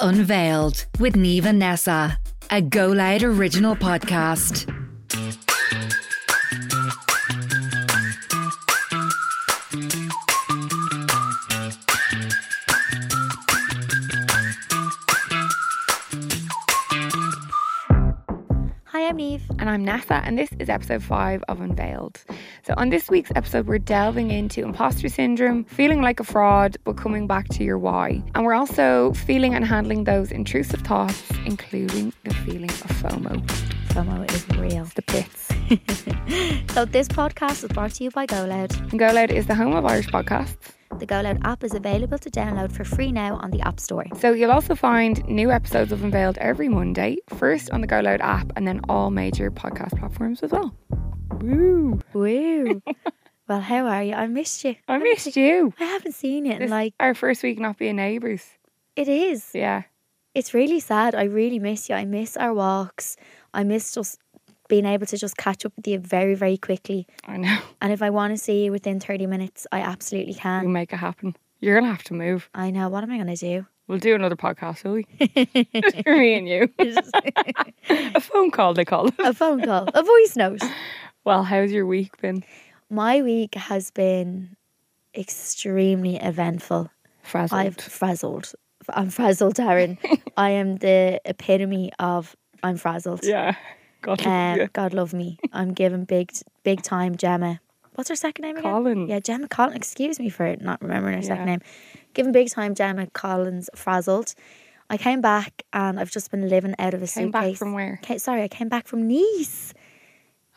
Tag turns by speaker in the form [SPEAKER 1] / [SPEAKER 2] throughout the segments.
[SPEAKER 1] Unveiled with Neve and Nessa, a Go Loud original podcast.
[SPEAKER 2] Hi, I'm Neve. And I'm NASA, and this is episode 5 of Unveiled. So, on this week's episode, we're delving into imposter syndrome, feeling like a fraud, but coming back to your why. And we're also feeling and handling those intrusive thoughts, including the feeling of FOMO,
[SPEAKER 3] FOMO is real.
[SPEAKER 2] the pits.
[SPEAKER 3] so this podcast is brought to you by Go Loud.
[SPEAKER 2] And Go Loud is the home of Irish podcasts.
[SPEAKER 3] The Go Loud app is available to download for free now on the App Store.
[SPEAKER 2] So, you'll also find new episodes of Unveiled every Monday, first on the Go Loud app, and then all major podcast platforms as well. Woo!
[SPEAKER 3] Woo! well, how are you? I missed you.
[SPEAKER 2] I missed you.
[SPEAKER 3] I haven't seen you.
[SPEAKER 2] This-
[SPEAKER 3] And like
[SPEAKER 2] Our first week not being neighbours.
[SPEAKER 3] it is.
[SPEAKER 2] Yeah.
[SPEAKER 3] It's really sad. I really miss you. I miss our walks. I miss just being able to just catch up with you very, very quickly.
[SPEAKER 2] I know.
[SPEAKER 3] And if I want to see you within 30 minutes, I absolutely
[SPEAKER 2] We
[SPEAKER 3] can.
[SPEAKER 2] make it happen. You're gonna have to move.
[SPEAKER 3] I know. What am I going to do?
[SPEAKER 2] We'll do another podcast, will we? Just for me and you. A phone call, they call it.
[SPEAKER 3] a phone call, a voice note.
[SPEAKER 2] Well, how's your week been?
[SPEAKER 3] My week has been extremely eventful.
[SPEAKER 2] Frazzled.
[SPEAKER 3] I've frazzled. I'm frazzled, Darren. I am the epitome of I'm frazzled.
[SPEAKER 2] Yeah. Got
[SPEAKER 3] Um,
[SPEAKER 2] it.
[SPEAKER 3] God love me. I'm giving big, big time Gemma. What's her second name again?
[SPEAKER 2] Colin.
[SPEAKER 3] Yeah, Gemma Collins. Excuse me for not remembering her second
[SPEAKER 2] Yeah.
[SPEAKER 3] name. Giving big time Gemma Collins frazzled. I came back and I've just been living out of a
[SPEAKER 2] Came back
[SPEAKER 3] suitcase.
[SPEAKER 2] from where?
[SPEAKER 3] Ca- sorry, I came back from Nice.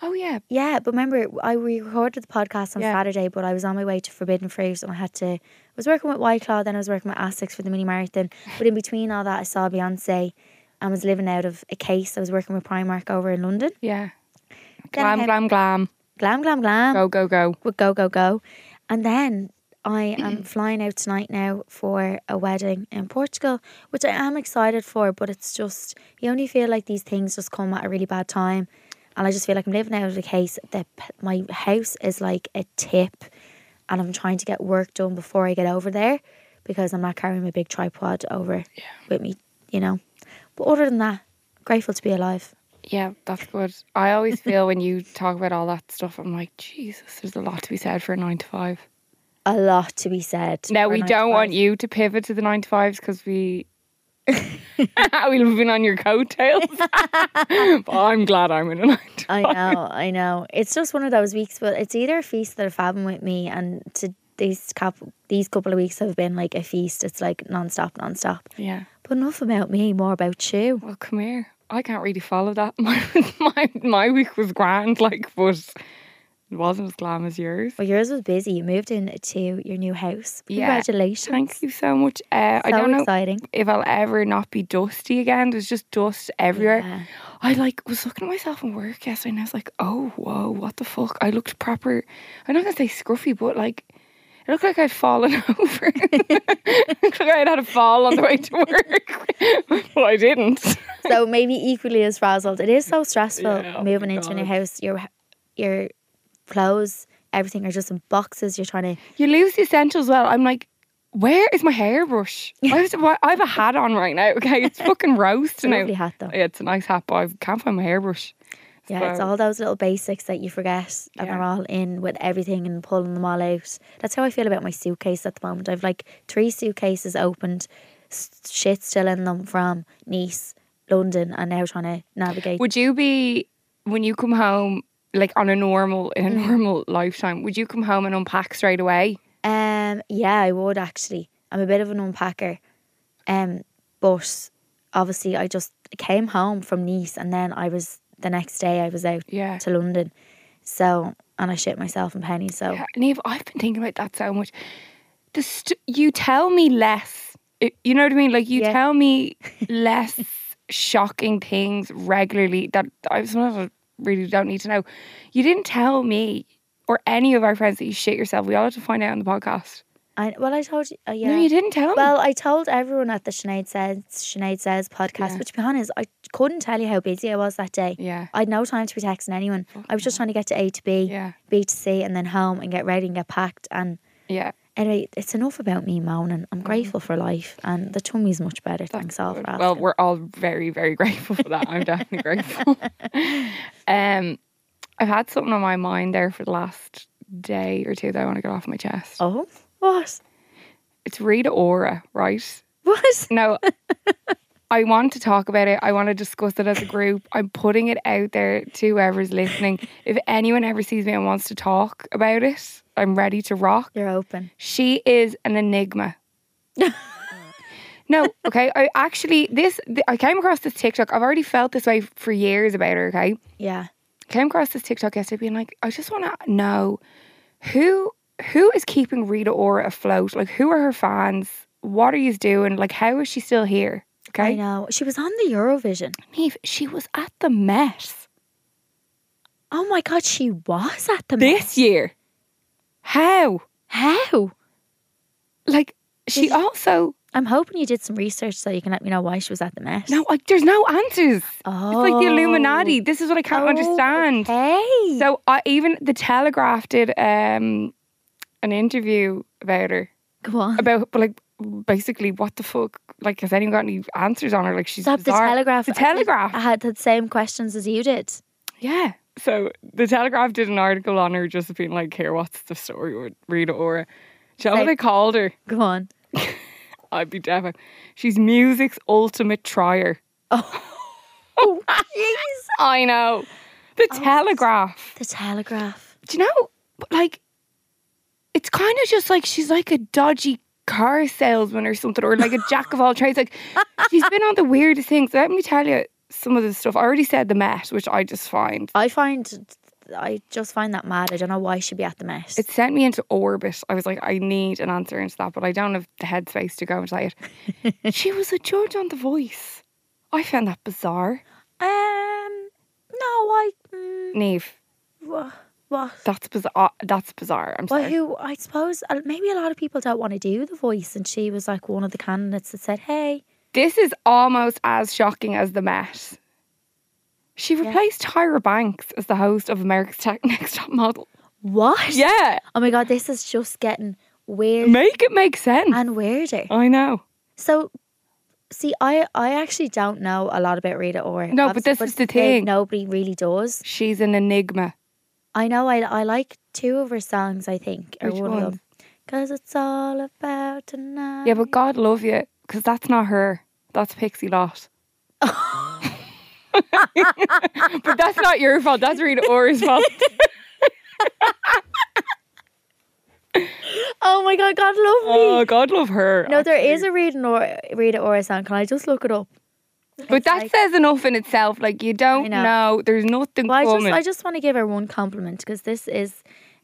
[SPEAKER 2] Oh yeah.
[SPEAKER 3] Yeah, but remember, I we recorded the podcast on
[SPEAKER 2] Yeah.
[SPEAKER 3] Saturday, but I was on my way to Forbidden Fruit and I had to. I was working with White Claw, then I was working with Asics for the mini marathon. But in between all that, I saw Beyonce and was living out of a case. I was working with Primark over in London.
[SPEAKER 2] Yeah.
[SPEAKER 3] Then
[SPEAKER 2] Glam,
[SPEAKER 3] I-
[SPEAKER 2] glam, glam.
[SPEAKER 3] Glam, glam, glam.
[SPEAKER 2] Go, go, go.
[SPEAKER 3] With go, go, go. And then I am flying out tonight now for a wedding in Portugal, which I am excited for, but it's just, you only feel like these things just come at a really bad time. And I just feel like I'm living out of the case that p- my house is like a tip and I'm trying to get work done before I get over there because I'm not carrying my big tripod over with me, you know. But other than that, grateful to be alive.
[SPEAKER 2] Yeah, that's good. I always feel when you talk about all that stuff, I'm like, Jesus, there's a lot to be said for a nine to five.
[SPEAKER 3] A lot to be said.
[SPEAKER 2] Now
[SPEAKER 3] for
[SPEAKER 2] we
[SPEAKER 3] nine to
[SPEAKER 2] don't
[SPEAKER 3] five.
[SPEAKER 2] want you to pivot to the nine to fives because we we've been on your coattails. but I'm glad I'm in a nine to
[SPEAKER 3] I know, I know. It's just one of those weeks, but it's either a feast that are fabbing with me, and to these couple, these couple of weeks have been like a feast. It's like nonstop, nonstop.
[SPEAKER 2] Yeah.
[SPEAKER 3] But enough about me, more about you.
[SPEAKER 2] Well, come here. I can't really follow that. My my, my week was grand, like, but it wasn't as glam as yours.
[SPEAKER 3] Well, yours was busy. You moved into your new house.
[SPEAKER 2] Yeah.
[SPEAKER 3] Congratulations!
[SPEAKER 2] Thank you so much. Uh, I
[SPEAKER 3] So
[SPEAKER 2] don't know
[SPEAKER 3] exciting.
[SPEAKER 2] if I'll ever not be dusty again. There's just dust everywhere.
[SPEAKER 3] Yeah.
[SPEAKER 2] I like was looking at myself in work yesterday, and I was like, "Oh, whoa, what the fuck?" I looked proper. I'm not gonna say scruffy, but like, it looked like I'd fallen over. it looked like I'd had a fall on the way to work, but I didn't.
[SPEAKER 3] So maybe equally as frazzled. It is so stressful
[SPEAKER 2] Yeah, oh my
[SPEAKER 3] moving into a new
[SPEAKER 2] God.
[SPEAKER 3] house. Your your clothes, everything are just in boxes. You're trying to.
[SPEAKER 2] You lose the essentials. Well, I'm like, where is my hairbrush? I, was, why- I have a hat on right now. Okay, it's fucking roasting out.
[SPEAKER 3] Lovely hat though.
[SPEAKER 2] Yeah, it's a nice hat, but I can't find my hairbrush.
[SPEAKER 3] Yeah, it's
[SPEAKER 2] So-
[SPEAKER 3] all those little basics that you forget and
[SPEAKER 2] Yeah.
[SPEAKER 3] are all in with everything and pulling them all out. That's how I feel about my suitcase at the moment. I've like three suitcases opened, s- shit still in them from Nice, London, and now trying to navigate.
[SPEAKER 2] Would you be when you come home, like on a normal in a normal lifetime? Would you come home and unpack straight away?
[SPEAKER 3] Um, yeah, I would actually. I'm a bit of an unpacker. Um, but obviously I just came home from Nice and then I was the next day I was out
[SPEAKER 2] Yeah.
[SPEAKER 3] to London. So and I shit myself in penny. So
[SPEAKER 2] Yeah, Neve, I've been thinking about that so much. The st- you tell me less. It- you know what I mean? Like you
[SPEAKER 3] Yeah.
[SPEAKER 2] tell me less shocking things regularly that I sometimes I really don't need to know. You didn't tell me or any of our friends that you shit yourself. We all had to find out on the podcast.
[SPEAKER 3] I well I told you uh, yeah.
[SPEAKER 2] No, you didn't tell me.
[SPEAKER 3] Well, I told everyone at the Sinead Says Sinead Says podcast,
[SPEAKER 2] Yeah.
[SPEAKER 3] but to be honest, I couldn't tell you how busy I was that day.
[SPEAKER 2] Yeah.
[SPEAKER 3] I had no time to be texting anyone. I was just trying to get to A to B,
[SPEAKER 2] Yeah.
[SPEAKER 3] B to C, and then home and get ready and get packed. And
[SPEAKER 2] Yeah.
[SPEAKER 3] Anyway, it's enough about me moaning.
[SPEAKER 2] Mm.
[SPEAKER 3] I'm grateful for life, and the tummy's much better. thanks, all for
[SPEAKER 2] Well,
[SPEAKER 3] asking.
[SPEAKER 2] we're all very, very grateful for that. I'm definitely grateful. Um, I've had something on my mind there for the last day or two that I want to get off my chest.
[SPEAKER 3] oh, what?
[SPEAKER 2] It's Rita Ora, right?
[SPEAKER 3] What?
[SPEAKER 2] Now, I want to talk about it. I want to discuss it as a group. I'm putting it out there to whoever's listening. If anyone ever sees me and wants to talk about it, I'm ready to rock.
[SPEAKER 3] You're open.
[SPEAKER 2] She is an enigma. no, okay. I actually this th- I came across this TikTok. I've already felt this way for years about her. Okay,
[SPEAKER 3] Yeah.
[SPEAKER 2] came across this TikTok yesterday, being like, I just want to know who who is keeping Rita Ora afloat. Like, who are her fans? What are you doing? Like, how is she still here?
[SPEAKER 3] I
[SPEAKER 2] Okay,
[SPEAKER 3] know. She was on the Eurovision.
[SPEAKER 2] Neve, she was at the Met
[SPEAKER 3] Oh my God, she was at the
[SPEAKER 2] this year. How?
[SPEAKER 3] How?
[SPEAKER 2] Like, she
[SPEAKER 3] Did you-
[SPEAKER 2] also
[SPEAKER 3] I'm hoping you did some research so you can let me know why she was at the Met.
[SPEAKER 2] no. Like, there's no answers.
[SPEAKER 3] Oh.
[SPEAKER 2] It's like the Illuminati. This is what I can't
[SPEAKER 3] Oh,
[SPEAKER 2] understand.
[SPEAKER 3] Okay.
[SPEAKER 2] So I even the Telegraph did um, an interview about her
[SPEAKER 3] Go on.
[SPEAKER 2] about but like basically what the fuck like has anyone got any answers on her like she's
[SPEAKER 3] Stop the
[SPEAKER 2] bizarre.
[SPEAKER 3] Telegraph.
[SPEAKER 2] the
[SPEAKER 3] I
[SPEAKER 2] Telegraph
[SPEAKER 3] had the same questions as you did.
[SPEAKER 2] yeah so the Telegraph did an article on her just being like here what's the story with Rita Ora do you know what
[SPEAKER 3] Say-
[SPEAKER 2] they called her
[SPEAKER 3] Go on.
[SPEAKER 2] I'd be deaf she's music's ultimate trier
[SPEAKER 3] Oh, jeez.
[SPEAKER 2] I know the
[SPEAKER 3] Oh,
[SPEAKER 2] Telegraph
[SPEAKER 3] The Telegraph.
[SPEAKER 2] do you know but, like it's kind of just like she's like a dodgy car salesman or something or like a jack of all trades like she's been on the weirdest things let me tell you some of the stuff i already said the met which i just find
[SPEAKER 3] I find, I just find that mad. I don't know why she'd be at the Met.
[SPEAKER 2] it sent me into orbit i was like i need an answer into that but i don't have the headspace to go and say it she was a judge on the voice i found that bizarre
[SPEAKER 3] um, no, I. Mm,
[SPEAKER 2] neve
[SPEAKER 3] wha- what?
[SPEAKER 2] that's bizarre that's bizarre i'm
[SPEAKER 3] Well,
[SPEAKER 2] sorry
[SPEAKER 3] who I suppose uh, maybe a lot of people don't want to do the voice, and she was like one of the candidates that said, "Hey,
[SPEAKER 2] This is almost as shocking as the Met. She replaced Tyra Banks as the host of America's Tech Next Top Model.
[SPEAKER 3] what?
[SPEAKER 2] Yeah,
[SPEAKER 3] Oh my god, this is just getting weird
[SPEAKER 2] make it make sense.
[SPEAKER 3] and weirder.
[SPEAKER 2] I know.
[SPEAKER 3] So, see, I I actually don't know a lot about Rita Ora.
[SPEAKER 2] No, but
[SPEAKER 3] obviously,
[SPEAKER 2] this is the
[SPEAKER 3] they-
[SPEAKER 2] thing.
[SPEAKER 3] Nobody really does.
[SPEAKER 2] She's an enigma.
[SPEAKER 3] I know. I I like two of her songs. I think or
[SPEAKER 2] Which
[SPEAKER 3] one of
[SPEAKER 2] ones?
[SPEAKER 3] them. Cause it's all about tonight.
[SPEAKER 2] Yeah, but God love you, because that's not her. That's Pixie Lott. but that's not your fault. That's Rita Ora's fault.
[SPEAKER 3] oh my god, God love me.
[SPEAKER 2] Oh, God love her.
[SPEAKER 3] no, there is a Rita Ora, Rita Ora song. Can I just look it up?
[SPEAKER 2] but that
[SPEAKER 3] like-
[SPEAKER 2] says enough in itself. Like you don't
[SPEAKER 3] know.
[SPEAKER 2] know. There's nothing
[SPEAKER 3] Well, I
[SPEAKER 2] coming.
[SPEAKER 3] just I just want to give her one compliment because this is,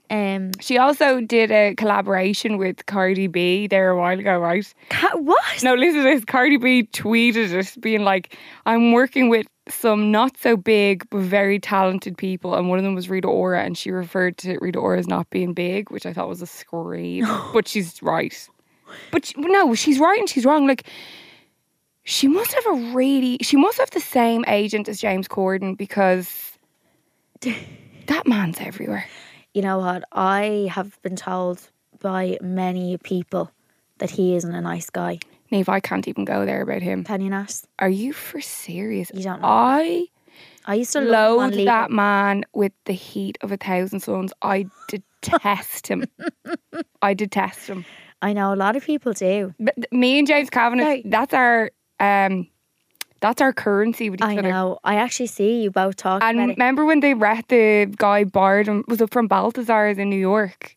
[SPEAKER 3] um,
[SPEAKER 2] She also did a collaboration with Cardi B there a while ago, right?
[SPEAKER 3] ca- what?
[SPEAKER 2] No, listen to this. Cardi B tweeted it, being like, I'm working with some not so big but very talented people. And one of them was Rita Ora, and she referred to Rita Ora as not being big, which I thought was a scream. but she's right. But she, no, she's right and she's wrong. Like, she must have a really, she must have the same agent as James Corden because that man's everywhere.
[SPEAKER 3] You know what? I have been told by many people that he isn't a nice guy.
[SPEAKER 2] Neve, I can't even go there about him.
[SPEAKER 3] Penny Nash.
[SPEAKER 2] Are you for serious?
[SPEAKER 3] You don't know.
[SPEAKER 2] I
[SPEAKER 3] I used to love him on
[SPEAKER 2] loathe
[SPEAKER 3] Legal.
[SPEAKER 2] that man with the heat of a thousand suns. I detest him. I detest him.
[SPEAKER 3] I know a lot of people do.
[SPEAKER 2] But th- me and James Cavanagh,
[SPEAKER 3] Sorry.
[SPEAKER 2] that's our um, that's our currency with each
[SPEAKER 3] I
[SPEAKER 2] other.
[SPEAKER 3] know. I actually see you both talking
[SPEAKER 2] And
[SPEAKER 3] about it.
[SPEAKER 2] remember when they read the guy Bardem was up from Balthazar's in New York?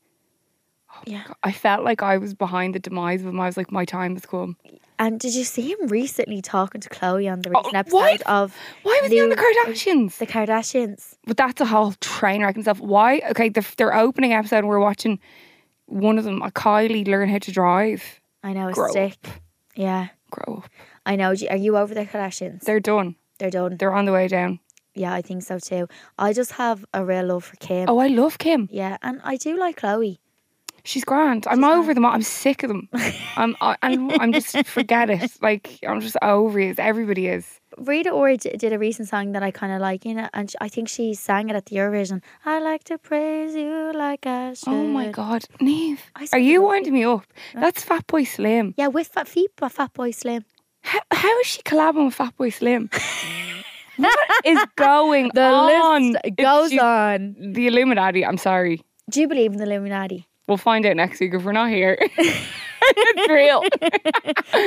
[SPEAKER 3] Yeah.
[SPEAKER 2] I felt like I was behind the demise of him. I was like, my time has come.
[SPEAKER 3] And did you see him recently talking to Chloe on the recent
[SPEAKER 2] Oh,
[SPEAKER 3] episode
[SPEAKER 2] what?
[SPEAKER 3] of
[SPEAKER 2] Why was he on the
[SPEAKER 3] New-
[SPEAKER 2] Kardashians?
[SPEAKER 3] The Kardashians?
[SPEAKER 2] but that's a whole train wreck itself. Why? Okay, the, their opening episode, we're watching one of them, a Kylie, learn how to drive.
[SPEAKER 3] I know it's
[SPEAKER 2] Grow
[SPEAKER 3] sick. Yeah,
[SPEAKER 2] Grow up.
[SPEAKER 3] I know. Do- Are you over the Kardashians?
[SPEAKER 2] They're done.
[SPEAKER 3] They're done.
[SPEAKER 2] They're on the way down.
[SPEAKER 3] Yeah, I think so too. I just have a real love for Kim.
[SPEAKER 2] Oh, I Oh, love Kim.
[SPEAKER 3] Yeah, and I do like Chloe.
[SPEAKER 2] She's grand. I'm over them. all. I'm sick of them. I'm I, I'm, I'm just forget it. Like I'm just over it. Everybody is.
[SPEAKER 3] Rita Ora d- did a recent song that I kind of like, you know, and sh I think she sang it at the Eurovision. I like to praise you like I should.
[SPEAKER 2] Oh my god, Neve,
[SPEAKER 3] I
[SPEAKER 2] are you
[SPEAKER 3] saw it.
[SPEAKER 2] winding me up? That's Fat Boy Slim.
[SPEAKER 3] Yeah, with Fat Feet, but Fat Boy Slim.
[SPEAKER 2] How, how is she collabing with Fat Boy Slim? what is going
[SPEAKER 3] The
[SPEAKER 2] on?
[SPEAKER 3] list
[SPEAKER 2] It's
[SPEAKER 3] goes
[SPEAKER 2] ju-
[SPEAKER 3] on.
[SPEAKER 2] The Illuminati. I'm sorry.
[SPEAKER 3] Do you believe in the Illuminati?
[SPEAKER 2] We'll find out next week if we're not here. it's real.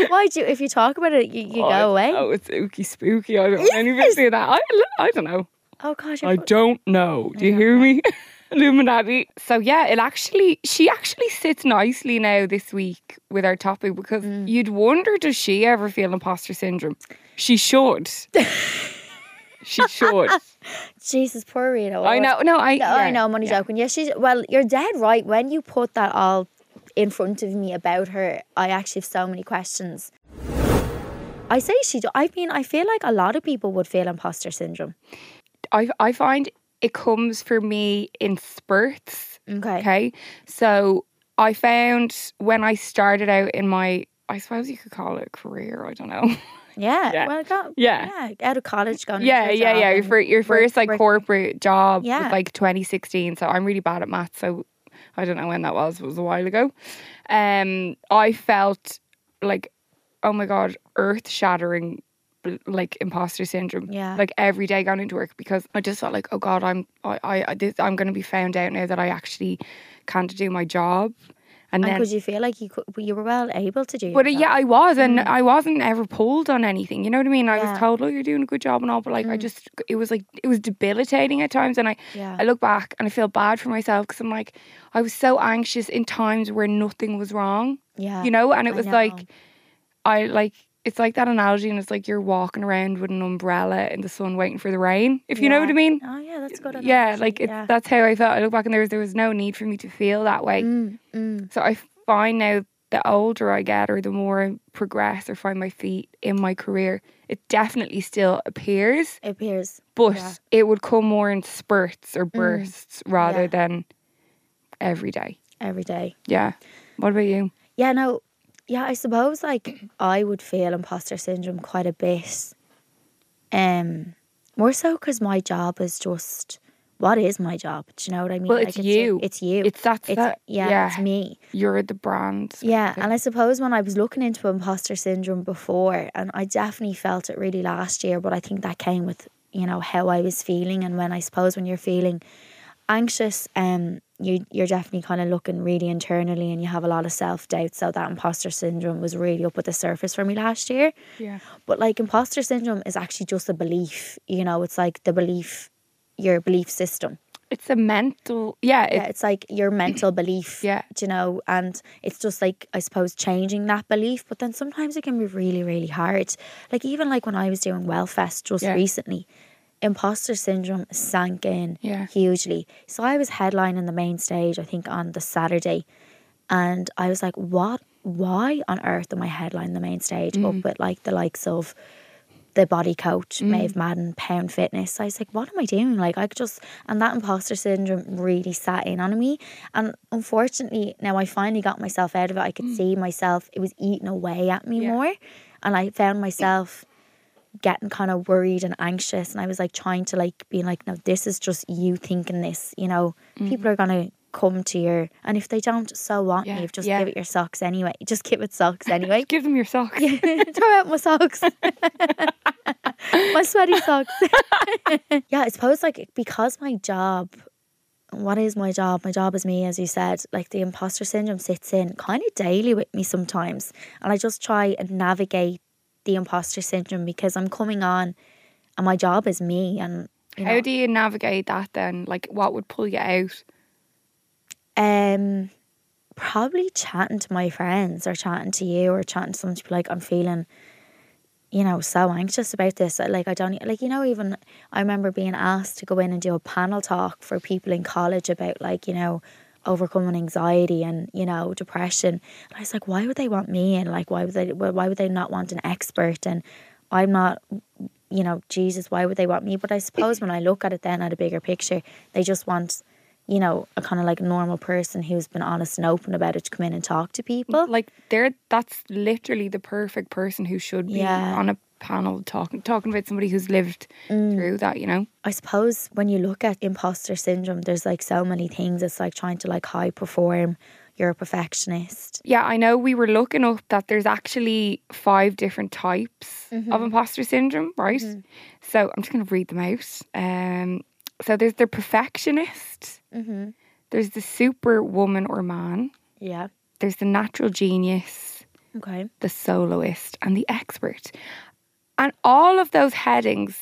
[SPEAKER 3] Why do you, if you talk about it, you, you go away?
[SPEAKER 2] Oh, it's ooky spooky. I don't even yes. see that. I, I don't know.
[SPEAKER 3] Oh gosh, I
[SPEAKER 2] I don't know. Do you hear me? Illuminati. So yeah, it actually she actually sits nicely now this week with our topic because
[SPEAKER 3] Mm.
[SPEAKER 2] you'd wonder does she ever feel imposter syndrome? She should. she should.
[SPEAKER 3] Jesus, poor Rita.
[SPEAKER 2] I
[SPEAKER 3] Ora.
[SPEAKER 2] know. No, I.
[SPEAKER 3] No, I
[SPEAKER 2] yeah,
[SPEAKER 3] know, I'm only
[SPEAKER 2] yeah.
[SPEAKER 3] joking. Yeah, she's well, you're dead right. When you put that all in front of me about her, I actually have so many questions. I say she do. I mean, I feel like a lot of people would feel imposter syndrome.
[SPEAKER 2] I I find it comes for me in spurts.
[SPEAKER 3] Okay.
[SPEAKER 2] Okay. So I found when I started out in my, I suppose you could call it a career, I don't know.
[SPEAKER 3] Yeah.
[SPEAKER 2] Yeah.
[SPEAKER 3] Well, go,
[SPEAKER 2] Yeah.
[SPEAKER 3] Out of college, going.
[SPEAKER 2] yeah,
[SPEAKER 3] into a
[SPEAKER 2] yeah,
[SPEAKER 3] job
[SPEAKER 2] yeah. Your,
[SPEAKER 3] and
[SPEAKER 2] fir- your
[SPEAKER 3] work-
[SPEAKER 2] first like
[SPEAKER 3] work-
[SPEAKER 2] corporate job
[SPEAKER 3] Yeah.
[SPEAKER 2] was like 2016. So I'm really bad at math. So I don't know when that was. It was a while ago. Um, I felt like, oh my God, earth shattering like imposter syndrome
[SPEAKER 3] Yeah.
[SPEAKER 2] like every day going into work because i just felt like oh god i'm i i I- this, i'm gonna be found out now that i actually can't do my job
[SPEAKER 3] And
[SPEAKER 2] and, then
[SPEAKER 3] could you feel like you could, you were well able to do?
[SPEAKER 2] but uh,
[SPEAKER 3] your
[SPEAKER 2] yeah, I was, and I wasn't ever pulled on anything. You know what I mean?
[SPEAKER 3] Mm.
[SPEAKER 2] I
[SPEAKER 3] Yeah. Mm.
[SPEAKER 2] was told, "Oh, you're doing a good job," and all, but like, I just, it was like, it was debilitating at times. And I,
[SPEAKER 3] Yeah.
[SPEAKER 2] I look back and I feel bad for myself because I'm like, I was so anxious in times where nothing was wrong.
[SPEAKER 3] Yeah.
[SPEAKER 2] You know, and it
[SPEAKER 3] I
[SPEAKER 2] was
[SPEAKER 3] know.
[SPEAKER 2] like, I like, it's like that analogy, and it's like you're walking around with an umbrella in the sun, waiting for the rain. If you know
[SPEAKER 3] Yeah.
[SPEAKER 2] what I mean?
[SPEAKER 3] Oh yeah, that's good.
[SPEAKER 2] Yeah,
[SPEAKER 3] analogy,
[SPEAKER 2] like it's,
[SPEAKER 3] yeah.
[SPEAKER 2] that's how I felt. I look back and there was there was no need for me to feel that way.
[SPEAKER 3] Mm, mm.
[SPEAKER 2] So I find now the older I get or the more I progress or find my feet in my career, it definitely still appears,
[SPEAKER 3] It appears.
[SPEAKER 2] but
[SPEAKER 3] Yeah. Mm.
[SPEAKER 2] it would come more in spurts or bursts rather
[SPEAKER 3] Yeah.
[SPEAKER 2] than every day.
[SPEAKER 3] every day.
[SPEAKER 2] Yeah. What about you?
[SPEAKER 3] Yeah, no, yeah, I suppose like I would feel imposter syndrome quite a bit. Um, more so because my job is just what is my job? Do you know what I mean?
[SPEAKER 2] Well, it's you.
[SPEAKER 3] It's you.
[SPEAKER 2] It's that's
[SPEAKER 3] It's-
[SPEAKER 2] that.
[SPEAKER 3] yeah, it's me.
[SPEAKER 2] You're the brand.
[SPEAKER 3] Yeah, and I suppose when I was looking into imposter syndrome before, and I definitely felt it really last year, but I think that came with you know how I was feeling, and when I suppose when you're feeling anxious, um, you you're definitely kind of looking really internally, and you have a lot of self doubt. So that imposter syndrome was really up at the surface for me last year.
[SPEAKER 2] Yeah.
[SPEAKER 3] But like imposter syndrome is actually just a belief, you know, it's like the belief, your belief system
[SPEAKER 2] It's a mental. Yeah. It,
[SPEAKER 3] yeah, it's like your mental belief.
[SPEAKER 2] Yeah.
[SPEAKER 3] do you know, and it's just like I suppose changing that belief. But then sometimes it can be really, really hard. Like even like when I was doing Wellfest just
[SPEAKER 2] Yeah.
[SPEAKER 3] recently, imposter syndrome sank in
[SPEAKER 2] Yeah.
[SPEAKER 3] hugely. So I was headlining the main stage, I think, on the Saturday, and I was like, "What? Why on earth am I headlining the main stage
[SPEAKER 2] Mm.
[SPEAKER 3] up with like the likes of?" the body coach, Maeve
[SPEAKER 2] Mm.
[SPEAKER 3] Madden, Pound Fitness. I was like, what am I doing? Like, I could just, and that imposter syndrome really sat in on me. And unfortunately, now I finally got myself out of it. I could see myself, it was eating away at me
[SPEAKER 2] Mm. Yeah.
[SPEAKER 3] more. And I found myself getting kind of worried and anxious. And I was like, trying to like, be like, no, this is just you thinking this, you know, people are going to come to your, and if they don't, so what,
[SPEAKER 2] Mm-hmm. Yeah,
[SPEAKER 3] Maeve, just
[SPEAKER 2] yeah.
[SPEAKER 3] give it your socks anyway. Just give it socks anyway.
[SPEAKER 2] give them your socks.
[SPEAKER 3] throw out my socks. my sweaty socks. yeah, I suppose like because my job, what is my job? My job is me, as you said. Like the imposter syndrome sits in kind of daily with me sometimes, and I just try and navigate the imposter syndrome because I'm coming on, and my job is me, and you know,
[SPEAKER 2] How do you navigate that then? Like, what would pull you out?
[SPEAKER 3] Um, probably chatting to my friends or chatting to you or chatting to someone to be like, I'm feeling, you know, so anxious about this. Like, I don't, e-, like, you know, even I remember being asked to go in and do a panel talk for people in college about, like, you know, overcoming anxiety and you know depression and i was like why would they want me and like why would they why would they not want an expert and i'm not you know, Jesus, why would they want me? But I suppose when I look at it then at a bigger picture, they just want you know, a kind of like normal person who's been honest and open about it to come in and talk to people.
[SPEAKER 2] Like they're that's literally the perfect person who should be
[SPEAKER 3] Yeah.
[SPEAKER 2] on a panel talking talking about somebody who's lived through that, you know?
[SPEAKER 3] I suppose when you look at imposter syndrome, there's like so many things. It's like trying to like high perform. You're a perfectionist.
[SPEAKER 2] Yeah, I know we were looking up that there's actually five different types of imposter syndrome, right? So I'm just going to read them out. Um, so there's the perfectionist,
[SPEAKER 3] Mm-hmm.
[SPEAKER 2] there's the superwoman or man,
[SPEAKER 3] Yeah.
[SPEAKER 2] there's the natural genius,
[SPEAKER 3] Okay.
[SPEAKER 2] the soloist, and the expert. And all of those headings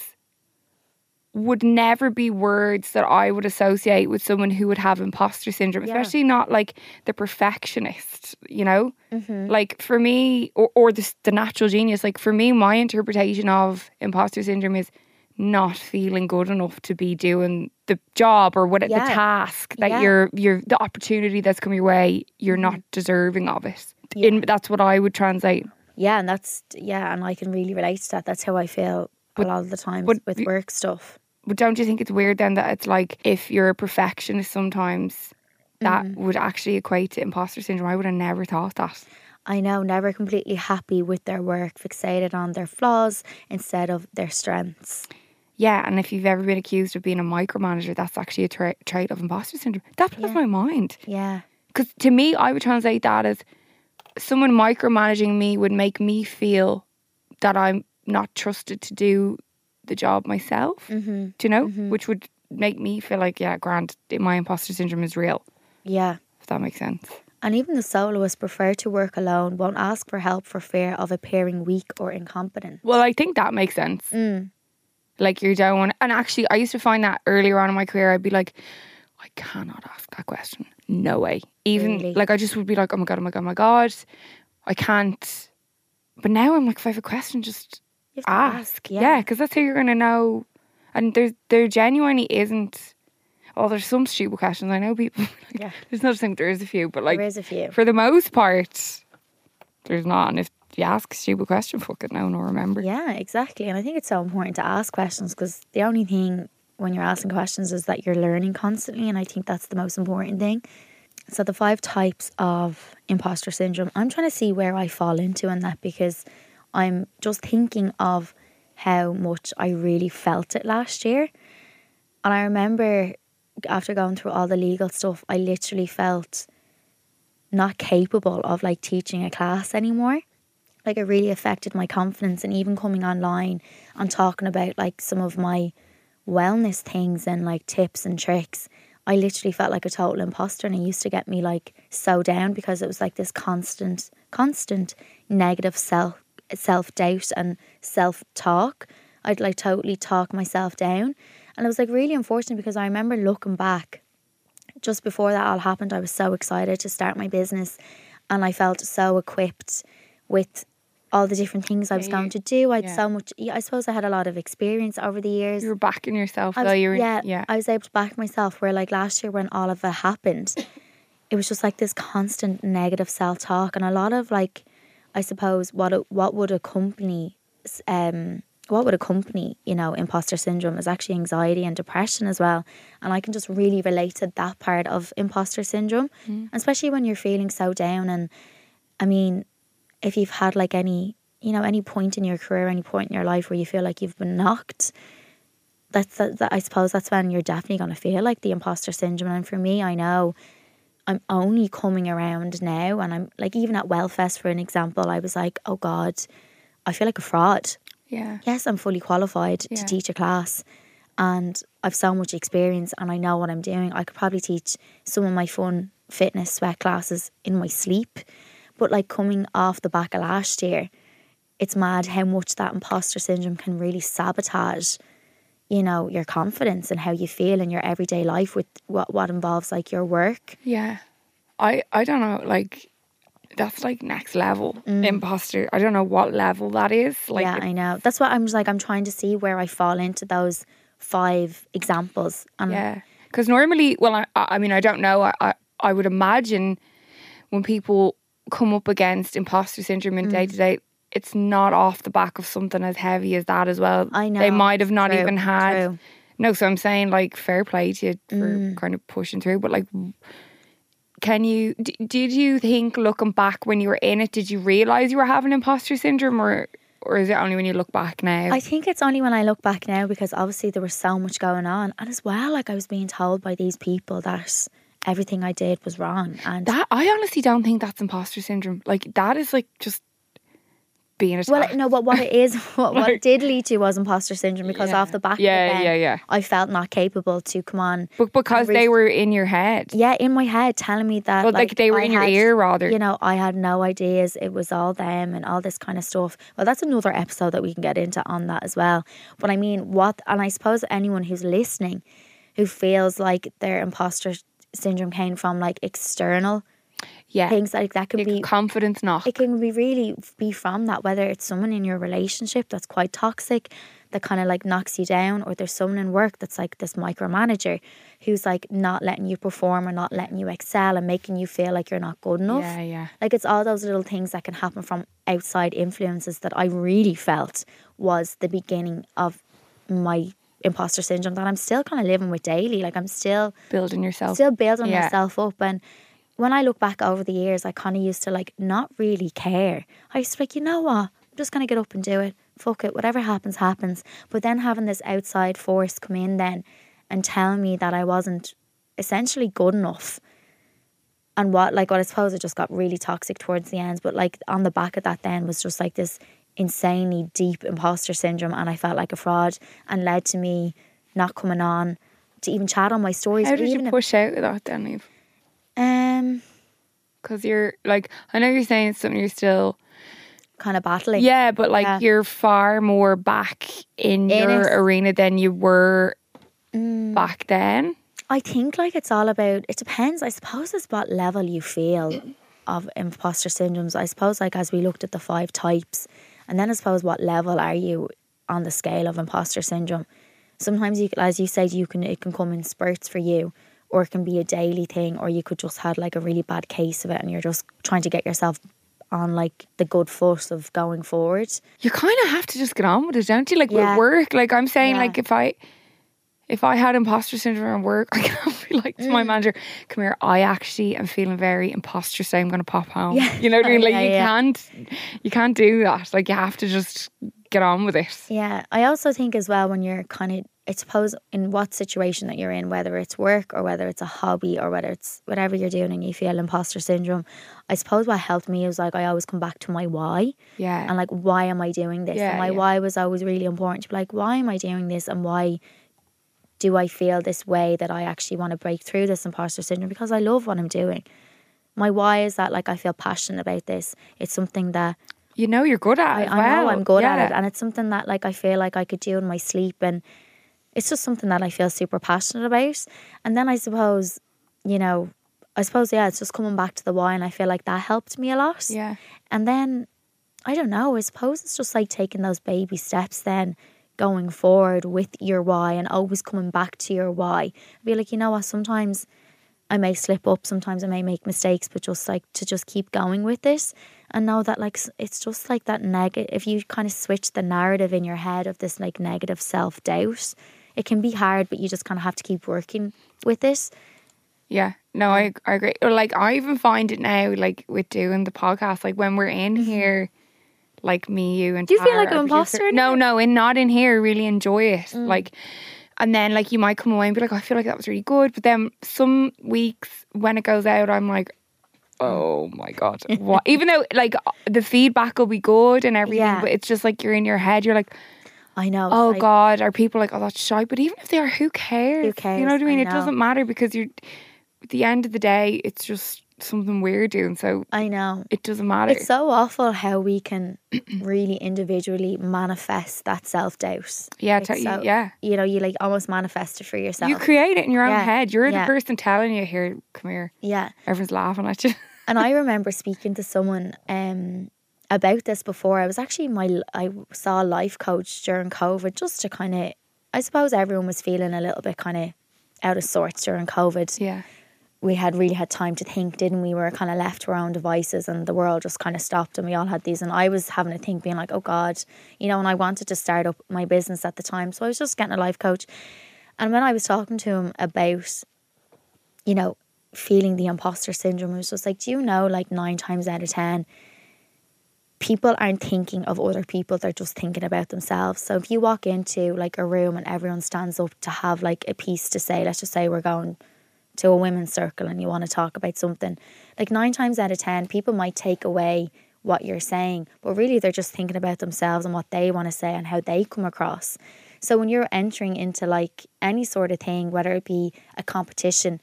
[SPEAKER 2] would never be words that I would associate with someone who would have imposter syndrome,
[SPEAKER 3] Yeah.
[SPEAKER 2] especially not like the perfectionist, you know?
[SPEAKER 3] Mm-hmm.
[SPEAKER 2] like for me or, or the, the natural genius like for me my interpretation of imposter syndrome is not feeling good enough to be doing the job or what
[SPEAKER 3] Yeah.
[SPEAKER 2] the task that
[SPEAKER 3] Yeah. Mm-hmm.
[SPEAKER 2] you're you're the opportunity that's come your way you're not deserving of it in, that's what i would translate
[SPEAKER 3] Yeah, and that's yeah, and I can really relate to that. That's how I feel a lot of the times
[SPEAKER 2] but
[SPEAKER 3] with
[SPEAKER 2] you-
[SPEAKER 3] work stuff.
[SPEAKER 2] but don't you think it's weird then that it's like if you're a perfectionist sometimes that would actually equate to imposter syndrome i would have never thought that
[SPEAKER 3] I know, never completely happy with their work, fixated on their flaws instead of their strengths.
[SPEAKER 2] Yeah, and if you've ever been accused of being a micromanager, that's actually a tra- trait of imposter syndrome. That blows my mind.
[SPEAKER 3] Yeah.
[SPEAKER 2] Because to me, I would translate that as someone micromanaging me would make me feel that I'm not trusted to do the job myself,
[SPEAKER 3] Mm-hmm.
[SPEAKER 2] do you know? Which would make me feel like, yeah, grand, my imposter syndrome is real,
[SPEAKER 3] Yeah.
[SPEAKER 2] if that makes sense.
[SPEAKER 3] And even the soloists prefer to work alone, won't ask for help for fear of appearing weak or incompetent.
[SPEAKER 2] Well, I think that makes sense.
[SPEAKER 3] Mm.
[SPEAKER 2] Like you don't want, and actually, I used to find that earlier on in my career, I'd be like, I cannot ask that question. No way. Even
[SPEAKER 3] Really?
[SPEAKER 2] like I just would be like, oh my god, oh my god, oh my god, I can't. But now I'm like, if I have a question, just
[SPEAKER 3] You have to
[SPEAKER 2] ask.
[SPEAKER 3] ask,
[SPEAKER 2] Yeah,
[SPEAKER 3] yeah.
[SPEAKER 2] because that's how you're gonna know. And there, there genuinely isn't. Oh, there's some stupid questions. I know people.
[SPEAKER 3] Yeah.
[SPEAKER 2] There's no thing. There is a few, but like
[SPEAKER 3] there is a few.
[SPEAKER 2] for the most part, there's not. And if you ask a stupid question, fuck it, no one will remember.
[SPEAKER 3] Yeah, exactly. And I think it's so important to ask questions because the only thing when you're asking questions is that you're learning constantly. And I think that's the most important thing. So, the five types of imposter syndrome, I'm trying to see where I fall into in that because I'm just thinking of how much I really felt it last year. And I remember after going through all the legal stuff, I literally felt not capable of like teaching a class anymore like it really affected my confidence and even coming online and talking about like some of my wellness things and like tips and tricks i literally felt like a total imposter and it used to get me like so down because it was like this constant constant negative self self doubt and self talk i'd like totally talk myself down and it was like really unfortunate because i remember looking back just before that all happened, I was so excited to start my business and I felt so equipped with all the different things I was going to do. I had
[SPEAKER 2] yeah.
[SPEAKER 3] so much, yeah, I suppose I had a lot of experience over the years.
[SPEAKER 2] You were backing yourself
[SPEAKER 3] I
[SPEAKER 2] though.
[SPEAKER 3] was-
[SPEAKER 2] You were,
[SPEAKER 3] yeah,
[SPEAKER 2] yeah.
[SPEAKER 3] I was able to back myself where like last year when all of it happened, it was just like this constant negative self talk and a lot of like, I suppose what it, what would accompany, s- um, what would accompany you know imposter syndrome is actually anxiety and depression as well, and I can just really relate to that part of imposter syndrome,
[SPEAKER 2] Mm.
[SPEAKER 3] and especially when you're feeling so down and, I mean, if you've had like any you know any point in your career, any point in your life where you feel like you've been knocked that's that, that I suppose that's when you're definitely going to feel like the imposter syndrome. And for me, I know I'm only coming around now, and I'm like even at Wellfest for an example, I was like, oh god, I feel like a fraud.
[SPEAKER 2] Yeah.
[SPEAKER 3] Yes, I'm fully qualified
[SPEAKER 2] Yeah.
[SPEAKER 3] to teach a class, and I've so much experience, and I know what I'm doing. I could probably teach some of my fun fitness sweat classes in my sleep, but like coming off the back of last year, it's mad how much that imposter syndrome can really sabotage you know your confidence and how you feel in your everyday life with what what involves like your work
[SPEAKER 2] Yeah. I I don't know like that's like next level imposter. I don't know what level that is. Like
[SPEAKER 3] Mm. yeah
[SPEAKER 2] it-
[SPEAKER 3] i know that's what i'm just like i'm trying to see where i fall into those five examples and
[SPEAKER 2] yeah. Cuz normally well I I I mean I don't know. I I, I would imagine when people come up against imposter syndrome
[SPEAKER 3] Mm.
[SPEAKER 2] in day to day it's not off the back of something as heavy as that as well.
[SPEAKER 3] I
[SPEAKER 2] They
[SPEAKER 3] know.
[SPEAKER 2] might have not
[SPEAKER 3] True,
[SPEAKER 2] even had
[SPEAKER 3] true.
[SPEAKER 2] No, so I'm saying like fair play to you for
[SPEAKER 3] Mm.
[SPEAKER 2] kind of pushing through, but like, can you? D- did you think looking back when you were in it, did you realize you were having imposter syndrome, or or is it only when you look back now?
[SPEAKER 3] I think it's only when I look back now because obviously there was so much going on, and as well, like I was being told by these people that everything I did was wrong, and
[SPEAKER 2] that I honestly don't think that's imposter syndrome. Like that is like just being attacked.
[SPEAKER 3] well, no, but what it is, what, what it did lead to was imposter syndrome because
[SPEAKER 2] Yeah.
[SPEAKER 3] off the back,
[SPEAKER 2] Yeah,
[SPEAKER 3] of it then,
[SPEAKER 2] yeah, yeah.
[SPEAKER 3] I felt not capable to come on.
[SPEAKER 2] but because they were in your head.
[SPEAKER 3] Yeah, in my head, telling me that,
[SPEAKER 2] Well, like, they were
[SPEAKER 3] I
[SPEAKER 2] in your
[SPEAKER 3] had-
[SPEAKER 2] ear rather.
[SPEAKER 3] You know, I had no ideas. It was all them and all this kind of stuff. Well, that's another episode that we can get into on that as well. But I mean, what, and I suppose anyone who's listening who feels like their imposter syndrome came from like external
[SPEAKER 2] yeah.
[SPEAKER 3] things, like that can
[SPEAKER 2] Your
[SPEAKER 3] be.
[SPEAKER 2] confidence knock.
[SPEAKER 3] It can be really be from that, whether it's someone in your relationship that's quite toxic, that kind of like knocks you down, or there's someone in work that's like this micromanager who's like not letting you perform or not letting you excel and making you feel like you're not good enough.
[SPEAKER 2] yeah, yeah.
[SPEAKER 3] Like it's all those little things that can happen from outside influences that I really felt was the beginning of my imposter syndrome that I'm still kind of living with daily. Like I'm still
[SPEAKER 2] Building yourself.
[SPEAKER 3] still building
[SPEAKER 2] yeah.
[SPEAKER 3] myself up and when I look back over the years I kind of used to like not really care. I used to be like, you know what? I'm just going to get up and do it. Fuck it. Whatever happens happens. But then having this outside force come in then and tell me that I wasn't essentially good enough and what like what I suppose it just got really toxic towards the end. But like on the back of that then was just like this insanely deep imposter syndrome and I felt like a fraud and led to me not coming on to even chat on my stories.
[SPEAKER 2] How
[SPEAKER 3] or
[SPEAKER 2] did
[SPEAKER 3] even
[SPEAKER 2] you
[SPEAKER 3] if-
[SPEAKER 2] push out of that then, Eve?
[SPEAKER 3] um
[SPEAKER 2] Because you're like, I know you're saying it's something you're still,
[SPEAKER 3] kind of battling.
[SPEAKER 2] yeah, but like
[SPEAKER 3] Yeah.
[SPEAKER 2] you're far more back in,
[SPEAKER 3] In
[SPEAKER 2] your
[SPEAKER 3] it.
[SPEAKER 2] arena than you were
[SPEAKER 3] Mm.
[SPEAKER 2] back then.
[SPEAKER 3] I think like it's all about it depends, I suppose it's what level you feel of imposter syndromes. I suppose like as we looked at the five types and then I suppose what level are you on the scale of imposter syndrome? Sometimes you as you said you can it can come in spurts for you or it can be a daily thing or you could just had like a really bad case of it and you're just trying to get yourself on like the good foot of going forward.
[SPEAKER 2] You kind of have to just get on with it, don't you? Like
[SPEAKER 3] Yeah.
[SPEAKER 2] with work, like I'm saying,
[SPEAKER 3] Yeah.
[SPEAKER 2] like if I. If I had imposter syndrome at work, I can't be like to
[SPEAKER 3] Mm.
[SPEAKER 2] my manager, come here, I actually am feeling very imposter, so I'm gonna pop home.
[SPEAKER 3] Yeah.
[SPEAKER 2] You know what I mean? Like
[SPEAKER 3] Yeah,
[SPEAKER 2] you
[SPEAKER 3] yeah.
[SPEAKER 2] can't you can't do that. Like you have to just get on with it.
[SPEAKER 3] Yeah, I also think as well when you're kind of, I suppose, in what situation that you're in, whether it's work or whether it's a hobby or whether it's whatever you're doing and you feel imposter syndrome, I suppose what helped me was like I always come back to my why
[SPEAKER 2] Yeah.
[SPEAKER 3] and like why am I doing this?
[SPEAKER 2] Yeah,
[SPEAKER 3] and my
[SPEAKER 2] yeah.
[SPEAKER 3] why was always really important to be like, why am I doing this and why do I feel this way that I actually want to break through this imposter syndrome because I love what I'm doing. My why is that like I feel passionate about this. It's something that
[SPEAKER 2] you know you're good at
[SPEAKER 3] I,
[SPEAKER 2] it.
[SPEAKER 3] I know
[SPEAKER 2] well.
[SPEAKER 3] I'm good
[SPEAKER 2] Yeah.
[SPEAKER 3] at it, and it's something that like I feel like I could do in my sleep, and it's just something that I feel super passionate about. And then I suppose, you know, I suppose yeah, it's just coming back to the why, and I feel like that helped me a lot.
[SPEAKER 2] Yeah.
[SPEAKER 3] And then I don't know. I suppose it's just like taking those baby steps then. Going forward with your why and always coming back to your why. Be like, you know what? Sometimes I may slip up, sometimes I may make mistakes, but just like to just keep going with this and know that like s- it's just like that negative. If you kind of switch the narrative in your head of this like negative self doubt, it can be hard, but you just kind of have to keep working with it.
[SPEAKER 2] Yeah. No, I, I agree. Or, Like I even find it now, like with doing the podcast, like when we're in here, like me, you, and
[SPEAKER 3] Mm-hmm. Do you feel
[SPEAKER 2] Tara,
[SPEAKER 3] like an
[SPEAKER 2] our
[SPEAKER 3] imposter
[SPEAKER 2] producer-
[SPEAKER 3] in
[SPEAKER 2] No,
[SPEAKER 3] here? Mm.
[SPEAKER 2] no, and not in here. Really enjoy it. Like, and then like you might come away and be like, "Oh, I feel like that was really good. But then some weeks when it goes out, I'm like. Oh my god! What? Even though like the feedback will be good and everything,
[SPEAKER 3] Yeah.
[SPEAKER 2] but it's just like you're in your head. You're like,
[SPEAKER 3] I know. it's
[SPEAKER 2] oh
[SPEAKER 3] like-
[SPEAKER 2] god are people like oh that's shy but even if they are who cares
[SPEAKER 3] Who
[SPEAKER 2] you know what
[SPEAKER 3] cares?
[SPEAKER 2] i mean
[SPEAKER 3] I
[SPEAKER 2] it
[SPEAKER 3] know.
[SPEAKER 2] doesn't matter because you're at the end of the day it's just something we're doing so
[SPEAKER 3] I know.
[SPEAKER 2] it doesn't matter
[SPEAKER 3] It's so awful how we can really individually manifest that self doubt.
[SPEAKER 2] yeah
[SPEAKER 3] It's
[SPEAKER 2] tell you,
[SPEAKER 3] so-
[SPEAKER 2] yeah
[SPEAKER 3] You know, you like almost manifest it for yourself.
[SPEAKER 2] you create it in your own
[SPEAKER 3] Yeah,
[SPEAKER 2] head you're
[SPEAKER 3] yeah.
[SPEAKER 2] the person telling you here come here
[SPEAKER 3] yeah.
[SPEAKER 2] everyone's laughing at you
[SPEAKER 3] and I remember speaking to someone um about this before. I was actually my I saw a life coach during COVID just to kind of I suppose everyone was feeling a little bit kind of out of sorts during COVID.
[SPEAKER 2] yeah
[SPEAKER 3] We had really had time to think, didn't we? We were kind of left to our own devices and the world just kind of stopped and we all had these and I was having to think being like, "Oh god, you know, and I wanted to start up my business at the time. So I was just getting a life coach And when I was talking to him about, you know, feeling the imposter syndrome, I was just like, do you know, like nine times out of 10, people aren't thinking of other people, they're just thinking about themselves. So if you walk into like a room and everyone stands up to have like a piece to say, let's just say we're going to a women's circle and you want to talk about something, like nine times out of 10, people might take away what you're saying, but really they're just thinking about themselves and what they want to say and how they come across. So when you're entering into like any sort of thing, whether it be a competition,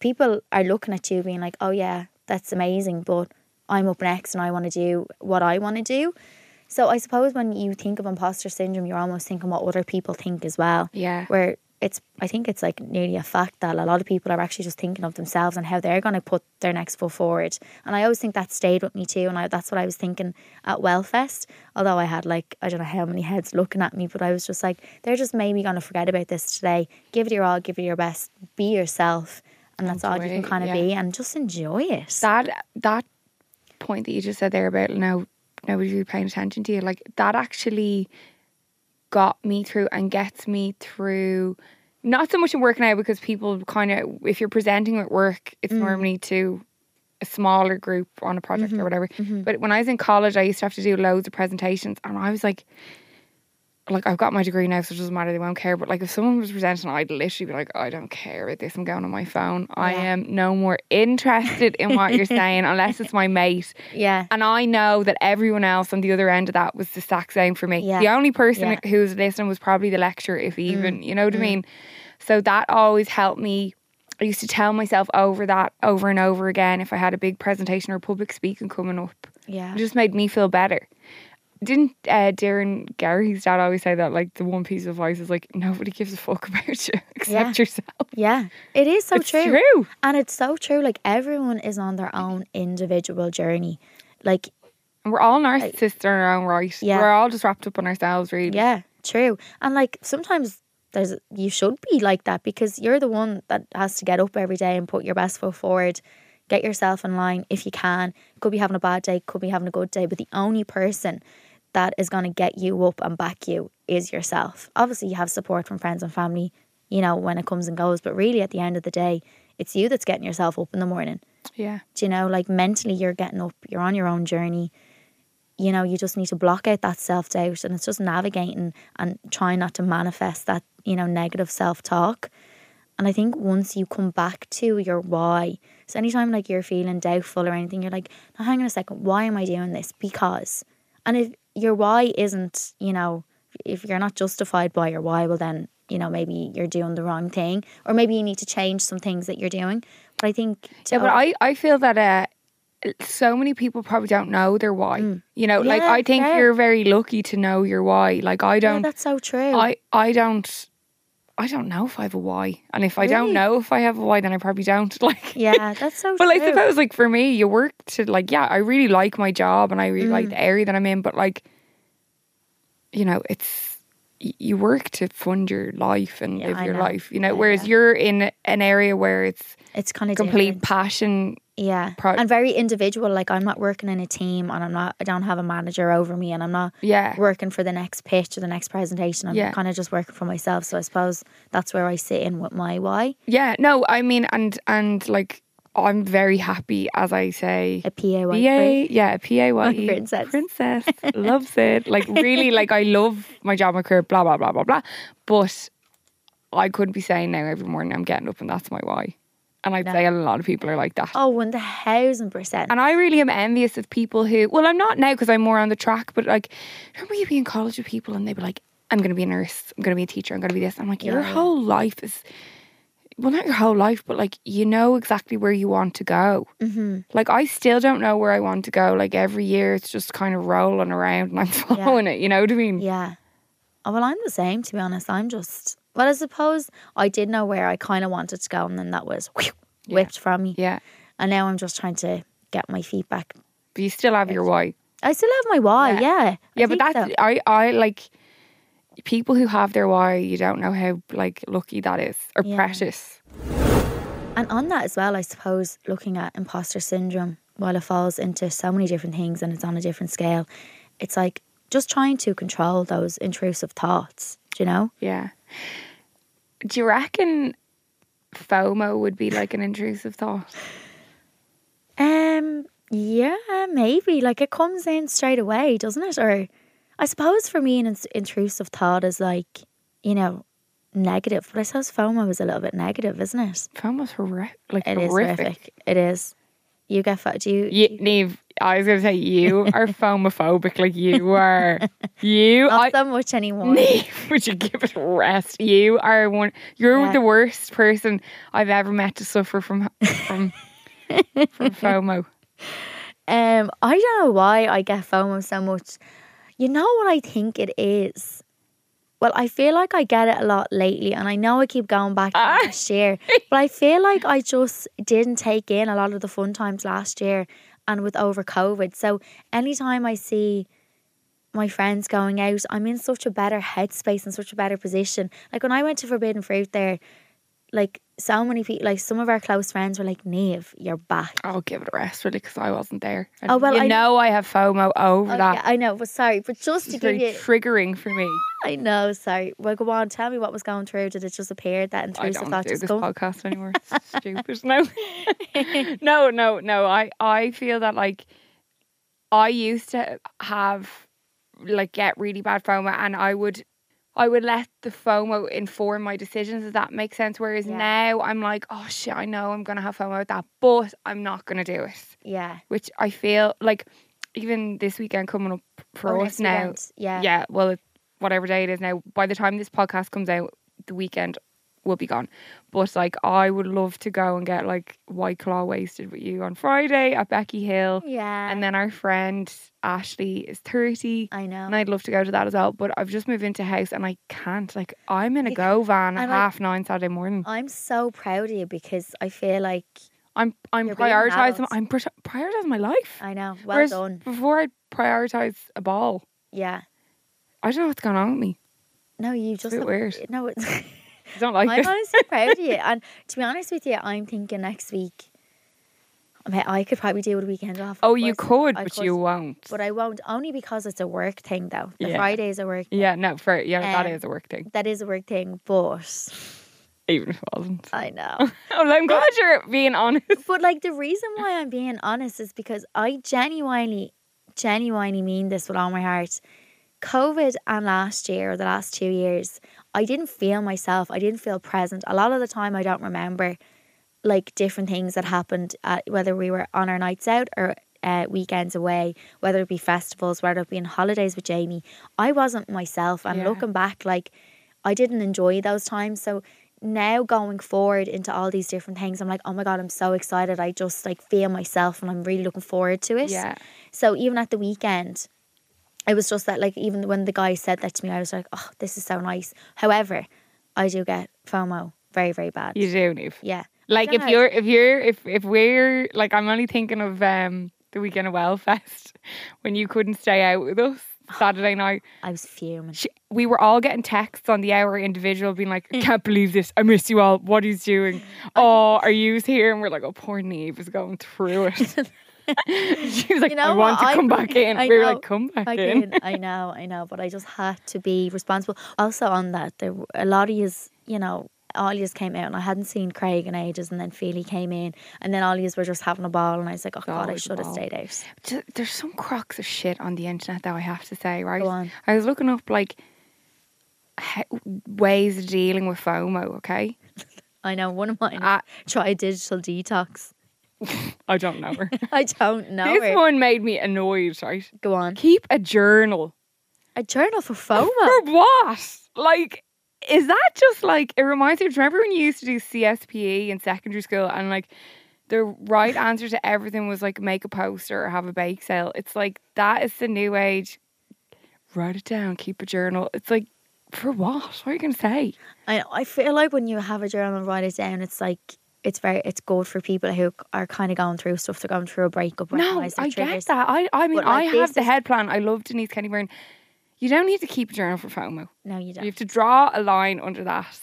[SPEAKER 3] people are looking at you being like, oh yeah, that's amazing, but I'm up next and I want to do what I want to do. So I suppose when you think of imposter syndrome, you're almost thinking what other people think as well.
[SPEAKER 2] Yeah.
[SPEAKER 3] Where it's, I think it's like nearly a fact that a lot of people are actually just thinking of themselves and how they're going to put their next foot forward. And I always think that stayed with me too. And I, that's what I was thinking at Wellfest. Although I had like, I don't know how many heads looking at me, but I was just like, they're just maybe going to forget about this today. Give it your all, give it your best, be yourself. And that's all you can
[SPEAKER 2] Enjoy it,
[SPEAKER 3] kind of
[SPEAKER 2] yeah.
[SPEAKER 3] be and just enjoy it.
[SPEAKER 2] That that point that you just said there about no nobody really paying attention to you, like that actually got me through and gets me through not so much in work now because people kind of if you're presenting at work it's normally to a smaller group on a project or whatever but when i was in college i used to have to do loads of presentations and i was like like I've got my degree now, so it doesn't matter. They won't care. But like, if someone was presenting, I'd literally be like, I don't care about this. I'm going on my phone. I
[SPEAKER 3] Yeah.
[SPEAKER 2] am no more interested in what you're saying unless it's my mate.
[SPEAKER 3] yeah.
[SPEAKER 2] And I know that everyone else on the other end of that was the exact same for me.
[SPEAKER 3] Yeah.
[SPEAKER 2] The only person
[SPEAKER 3] Yeah. Mm.
[SPEAKER 2] who was listening was probably the lecturer, if even. You know what I mean? So that always helped me. I used to tell myself over that over and over again if I had a big presentation or public speaking coming up.
[SPEAKER 3] Yeah.
[SPEAKER 2] It just made me feel better. Didn't uh, Darren Gary's dad always say that? Like the one piece of advice is like nobody gives a fuck about you except
[SPEAKER 3] Yeah.
[SPEAKER 2] yourself.
[SPEAKER 3] Yeah. It is so
[SPEAKER 2] It's true.
[SPEAKER 3] And it's so true. Like everyone is on their own individual journey. Like,
[SPEAKER 2] And we're all narcissists in our own right.
[SPEAKER 3] Yeah.
[SPEAKER 2] We're all just wrapped up in ourselves, really.
[SPEAKER 3] yeah, true. And like sometimes there's you should be like that because you're the one that has to get up every day and put your best foot forward. Get yourself in line if you can. Could be having a bad day, could be having a good day, but the only person that is going to get you up and back you is yourself. Obviously, you have support from friends and family, you know, when it comes and goes, but really at the end of the day, it's you that's getting yourself up in the morning.
[SPEAKER 2] Yeah.
[SPEAKER 3] Do you know, like mentally, you're getting up, you're on your own journey. You know, you just need to block out that self doubt and it's just navigating and trying not to manifest that, you know, negative self talk. And I think once you come back to your why, so anytime like you're feeling doubtful or anything, you're like, now hang on a second, why am I doing this? Because. And if your why isn't, you know, if you're not justified by your why, well then, you know, maybe you're doing the wrong thing. Or maybe you need to change some things that you're doing. But I think to
[SPEAKER 2] Yeah, but I, I feel that uh, so many people probably don't know their why. You know, like
[SPEAKER 3] Mm. Yeah,
[SPEAKER 2] I think
[SPEAKER 3] fair.
[SPEAKER 2] you're very lucky to know your why. Like I
[SPEAKER 3] Yeah,
[SPEAKER 2] don't
[SPEAKER 3] that's so true.
[SPEAKER 2] I I don't I don't know if I have a why. And if I
[SPEAKER 3] Really?
[SPEAKER 2] don't know if I have a why then I probably don't. Like
[SPEAKER 3] yeah, that's so
[SPEAKER 2] But
[SPEAKER 3] true.
[SPEAKER 2] I suppose like for me, you work to like yeah, I really like my job and I really
[SPEAKER 3] Mm.
[SPEAKER 2] like the area that I'm in, but like you know, it's y- you work to fund your life and
[SPEAKER 3] Yeah,
[SPEAKER 2] live
[SPEAKER 3] I
[SPEAKER 2] your
[SPEAKER 3] know.
[SPEAKER 2] life, you know.
[SPEAKER 3] Yeah,
[SPEAKER 2] whereas
[SPEAKER 3] yeah.
[SPEAKER 2] you're in an area where it's
[SPEAKER 3] it's kind of
[SPEAKER 2] complete
[SPEAKER 3] different.
[SPEAKER 2] passion.
[SPEAKER 3] yeah,
[SPEAKER 2] pro-
[SPEAKER 3] and very individual. Like I'm not working in a team, and I'm not. I don't have a manager over me, and I'm not
[SPEAKER 2] Yeah.
[SPEAKER 3] working for the next pitch or the next presentation. I'm
[SPEAKER 2] Yeah.
[SPEAKER 3] kind of just working for myself. So I suppose that's where I sit in with my why.
[SPEAKER 2] Yeah. No, I mean and and like I'm very happy as I say
[SPEAKER 3] A PAY.
[SPEAKER 2] PA, yeah, PAYE.
[SPEAKER 3] Like princess.
[SPEAKER 2] E, Princess. Loves it. Like, really, like, I love my job, my career, blah, blah, blah, blah, blah. But I could be saying now every morning I'm getting up and that's my why. And I'd say a lot of people are like that.
[SPEAKER 3] Oh, one thousand percent.
[SPEAKER 2] And I really am envious of people who, well, I'm not now because I'm more on the track, but like, remember you'd be in college with people and they'd be like, I'm going to be a nurse, I'm going to be a teacher, I'm going to be this. I'm like, your
[SPEAKER 3] Yeah.
[SPEAKER 2] whole life is, well, not your whole life, but like, you know exactly where you want to go.
[SPEAKER 3] Mm-hmm.
[SPEAKER 2] Like I still don't know where I want to go. Like every year, it's just kind of rolling around, and I'm following it. You know what I mean?
[SPEAKER 3] Yeah. Oh, well, I'm the same to be honest. I'm just. Well, I suppose I did know where I kind of wanted to go, and then that was whew, whipped from me.
[SPEAKER 2] Yeah.
[SPEAKER 3] And now I'm just trying to get my feet back
[SPEAKER 2] But you still have your why.
[SPEAKER 3] I still have my why, yeah.
[SPEAKER 2] Yeah.
[SPEAKER 3] Yeah,
[SPEAKER 2] Yeah, but that's I I like people who have their why. You don't know how like lucky that is or
[SPEAKER 3] Yeah.
[SPEAKER 2] precious.
[SPEAKER 3] and on that as well, I suppose looking at imposter syndrome, while it falls into so many different things and it's on a different scale, it's like just trying to control those intrusive thoughts. Do you know?
[SPEAKER 2] Yeah. Do you reckon FOMO would be like an intrusive thought?
[SPEAKER 3] Um, yeah, maybe. Like it comes in straight away, doesn't it? Or I suppose for me, an ins- intrusive thought is like, you know, negative. But I suppose FOMO is a little bit negative, isn't it?
[SPEAKER 2] FOMO's horrific. Like
[SPEAKER 3] It is
[SPEAKER 2] horrific.
[SPEAKER 3] horrific. It is. You get fat. Do you?
[SPEAKER 2] You, Neve, I was going to say you are phomophobic. Like you are. You.
[SPEAKER 3] not
[SPEAKER 2] I,
[SPEAKER 3] so much anymore.
[SPEAKER 2] Neve, would you give it a rest? You are one. You're
[SPEAKER 3] Yeah.
[SPEAKER 2] the worst person I've ever met to suffer from from from FOMO.
[SPEAKER 3] Um, I don't know why I get FOMO so much. You know what I think it is? Well, I feel like I get it a lot lately, and I know I keep going back to
[SPEAKER 2] Ah.
[SPEAKER 3] last year, but I feel like I just didn't take in a lot of the fun times last year and with over COVID. So, anytime I see my friends going out, I'm in such a better headspace and such a better position. Like when I went to Forbidden Fruit there, like so many people, like some of our close friends were like, Neve, you're back.
[SPEAKER 2] I'll give it a rest, really, because I wasn't there. And
[SPEAKER 3] Oh, well,
[SPEAKER 2] you
[SPEAKER 3] I-
[SPEAKER 2] know I have FOMO over
[SPEAKER 3] Oh,
[SPEAKER 2] that.
[SPEAKER 3] yeah, I know, but sorry, but just to give
[SPEAKER 2] It's very
[SPEAKER 3] you,
[SPEAKER 2] triggering for me.
[SPEAKER 3] I know, sorry. Well, go on, tell me what was going through. Did it just appear that
[SPEAKER 2] I
[SPEAKER 3] intrusive
[SPEAKER 2] don't
[SPEAKER 3] thought
[SPEAKER 2] do this
[SPEAKER 3] just go?
[SPEAKER 2] podcast anymore. It's stupid. No, no, no, no. I I feel that like I used to have like get really bad FOMO, and I would I would let the FOMO inform my decisions. Does that make sense? Whereas
[SPEAKER 3] Yeah.
[SPEAKER 2] now I'm like, oh shit, I know I'm gonna have FOMO with that, but I'm not gonna do it.
[SPEAKER 3] Yeah.
[SPEAKER 2] Which I feel like even this weekend coming up for
[SPEAKER 3] Oh, next
[SPEAKER 2] us now
[SPEAKER 3] weekend. Yeah.
[SPEAKER 2] yeah, well, it, whatever day it is now, by the time this podcast comes out, the weekend will be gone. But like, I would love to go and get like White Claw wasted with you on Friday at Becky Hill.
[SPEAKER 3] Yeah.
[SPEAKER 2] And then our friend Ashley is 30.
[SPEAKER 3] I know.
[SPEAKER 2] And I'd love to go to that as well. But I've just moved into house and I can't. Like, I'm in a
[SPEAKER 3] You
[SPEAKER 2] go van at
[SPEAKER 3] and I-
[SPEAKER 2] half nine Saturday morning.
[SPEAKER 3] I'm so proud of you because I feel like
[SPEAKER 2] I'm I'm
[SPEAKER 3] You're being an
[SPEAKER 2] prioritizing
[SPEAKER 3] adult. Uh.
[SPEAKER 2] I'm pri- prioritizing my life.
[SPEAKER 3] I know. Well
[SPEAKER 2] Whereas
[SPEAKER 3] done.
[SPEAKER 2] Before I prioritize a ball,
[SPEAKER 3] Yeah.
[SPEAKER 2] I don't know what's going on with me.
[SPEAKER 3] No, you just
[SPEAKER 2] bit
[SPEAKER 3] have-
[SPEAKER 2] weird.
[SPEAKER 3] No, it's,
[SPEAKER 2] I don't like
[SPEAKER 3] I'm
[SPEAKER 2] it.
[SPEAKER 3] honestly proud of you. And to be honest with you, I'm thinking next week. I mean, I could probably do a weekend off.
[SPEAKER 2] Oh,
[SPEAKER 3] of
[SPEAKER 2] you
[SPEAKER 3] course.
[SPEAKER 2] could,
[SPEAKER 3] I
[SPEAKER 2] but you won't.
[SPEAKER 3] But I won't only because it's a work thing though. The
[SPEAKER 2] Yeah.
[SPEAKER 3] Fridays are work.
[SPEAKER 2] yeah, no, for yeah, that
[SPEAKER 3] Um,
[SPEAKER 2] is a work thing.
[SPEAKER 3] That is a work thing, but
[SPEAKER 2] Even if it wasn't.
[SPEAKER 3] I know.
[SPEAKER 2] Oh, I'm glad you're being honest.
[SPEAKER 3] But like the reason why I'm being honest is because I genuinely, genuinely mean this with all my heart. COVID and last year or the last two years, I didn't feel myself. I didn't feel present. A lot of the time, I don't remember like different things that happened, uh, whether we were on our nights out or uh, weekends away, whether it be festivals, whether it be on holidays with Jamie. I wasn't myself. And
[SPEAKER 2] Yeah.
[SPEAKER 3] looking back, like I didn't enjoy those times. So now going forward into all these different things, I'm like, oh my God, I'm so excited. I just like feel myself and I'm really looking forward to it.
[SPEAKER 2] Yeah.
[SPEAKER 3] So even at the weekend, it was just that like even when the guy said that to me, I was like, oh, this is so nice. However, I do get FOMO very, very bad.
[SPEAKER 2] You do, Neve.
[SPEAKER 3] Yeah.
[SPEAKER 2] Like
[SPEAKER 3] don't
[SPEAKER 2] if
[SPEAKER 3] know.
[SPEAKER 2] you're if you're if if we're like I'm only thinking of um the weekend of Wellfest when you couldn't stay out with us Saturday night.
[SPEAKER 3] I was fuming.
[SPEAKER 2] Sh we were all getting texts on the hour individual being like,
[SPEAKER 3] Mm.
[SPEAKER 2] I can't believe this. I miss you all. What he's doing. Oh, are you here? And we're like, oh, poor Neve is going through it. she was like,
[SPEAKER 3] You know
[SPEAKER 2] I want
[SPEAKER 3] what?
[SPEAKER 2] to
[SPEAKER 3] I-
[SPEAKER 2] come back in.
[SPEAKER 3] I
[SPEAKER 2] we were
[SPEAKER 3] know.
[SPEAKER 2] like, come back
[SPEAKER 3] I
[SPEAKER 2] in.
[SPEAKER 3] did. I know, I know, but I just had to be responsible. Also on that, there were a lot of yous, you know, all yous came out and I hadn't seen Craig in ages and then Feely came in and then all yous were just having a ball and I was like, oh God, I
[SPEAKER 2] always a
[SPEAKER 3] should have
[SPEAKER 2] ball.
[SPEAKER 3] stayed out.
[SPEAKER 2] Ju- there's some crocks of shit on the internet though I have to say right
[SPEAKER 3] Go on.
[SPEAKER 2] I was looking up like he- ways of dealing with FOMO okay
[SPEAKER 3] I know, one of mine
[SPEAKER 2] I-
[SPEAKER 3] try a digital detox.
[SPEAKER 2] I don't know her
[SPEAKER 3] I don't know.
[SPEAKER 2] this
[SPEAKER 3] her.
[SPEAKER 2] one made me annoyed right
[SPEAKER 3] Go on.
[SPEAKER 2] keep a journal
[SPEAKER 3] A journal for FOMO.
[SPEAKER 2] for what like is that just like it reminds me do you remember when you used to do CSPE E in secondary school and like the right answer to everything was like make a poster or have a bake sale it's like that is the new age write it down keep a journal it's like for what? What are you gonna say?
[SPEAKER 3] I I feel like when you have a journal and write it down, it's like it's very it's good for people who are kind of going through stuff. They're going through a breakup.
[SPEAKER 2] No,
[SPEAKER 3] recognise their
[SPEAKER 2] I get
[SPEAKER 3] triggers.
[SPEAKER 2] that. I, I mean,
[SPEAKER 3] But, like,
[SPEAKER 2] I have
[SPEAKER 3] this
[SPEAKER 2] the
[SPEAKER 3] is-
[SPEAKER 2] head plan. I love Denise Kenny Byrne. You don't need to keep a journal for FOMO.
[SPEAKER 3] No, you
[SPEAKER 2] You
[SPEAKER 3] don't.
[SPEAKER 2] have to draw a line under that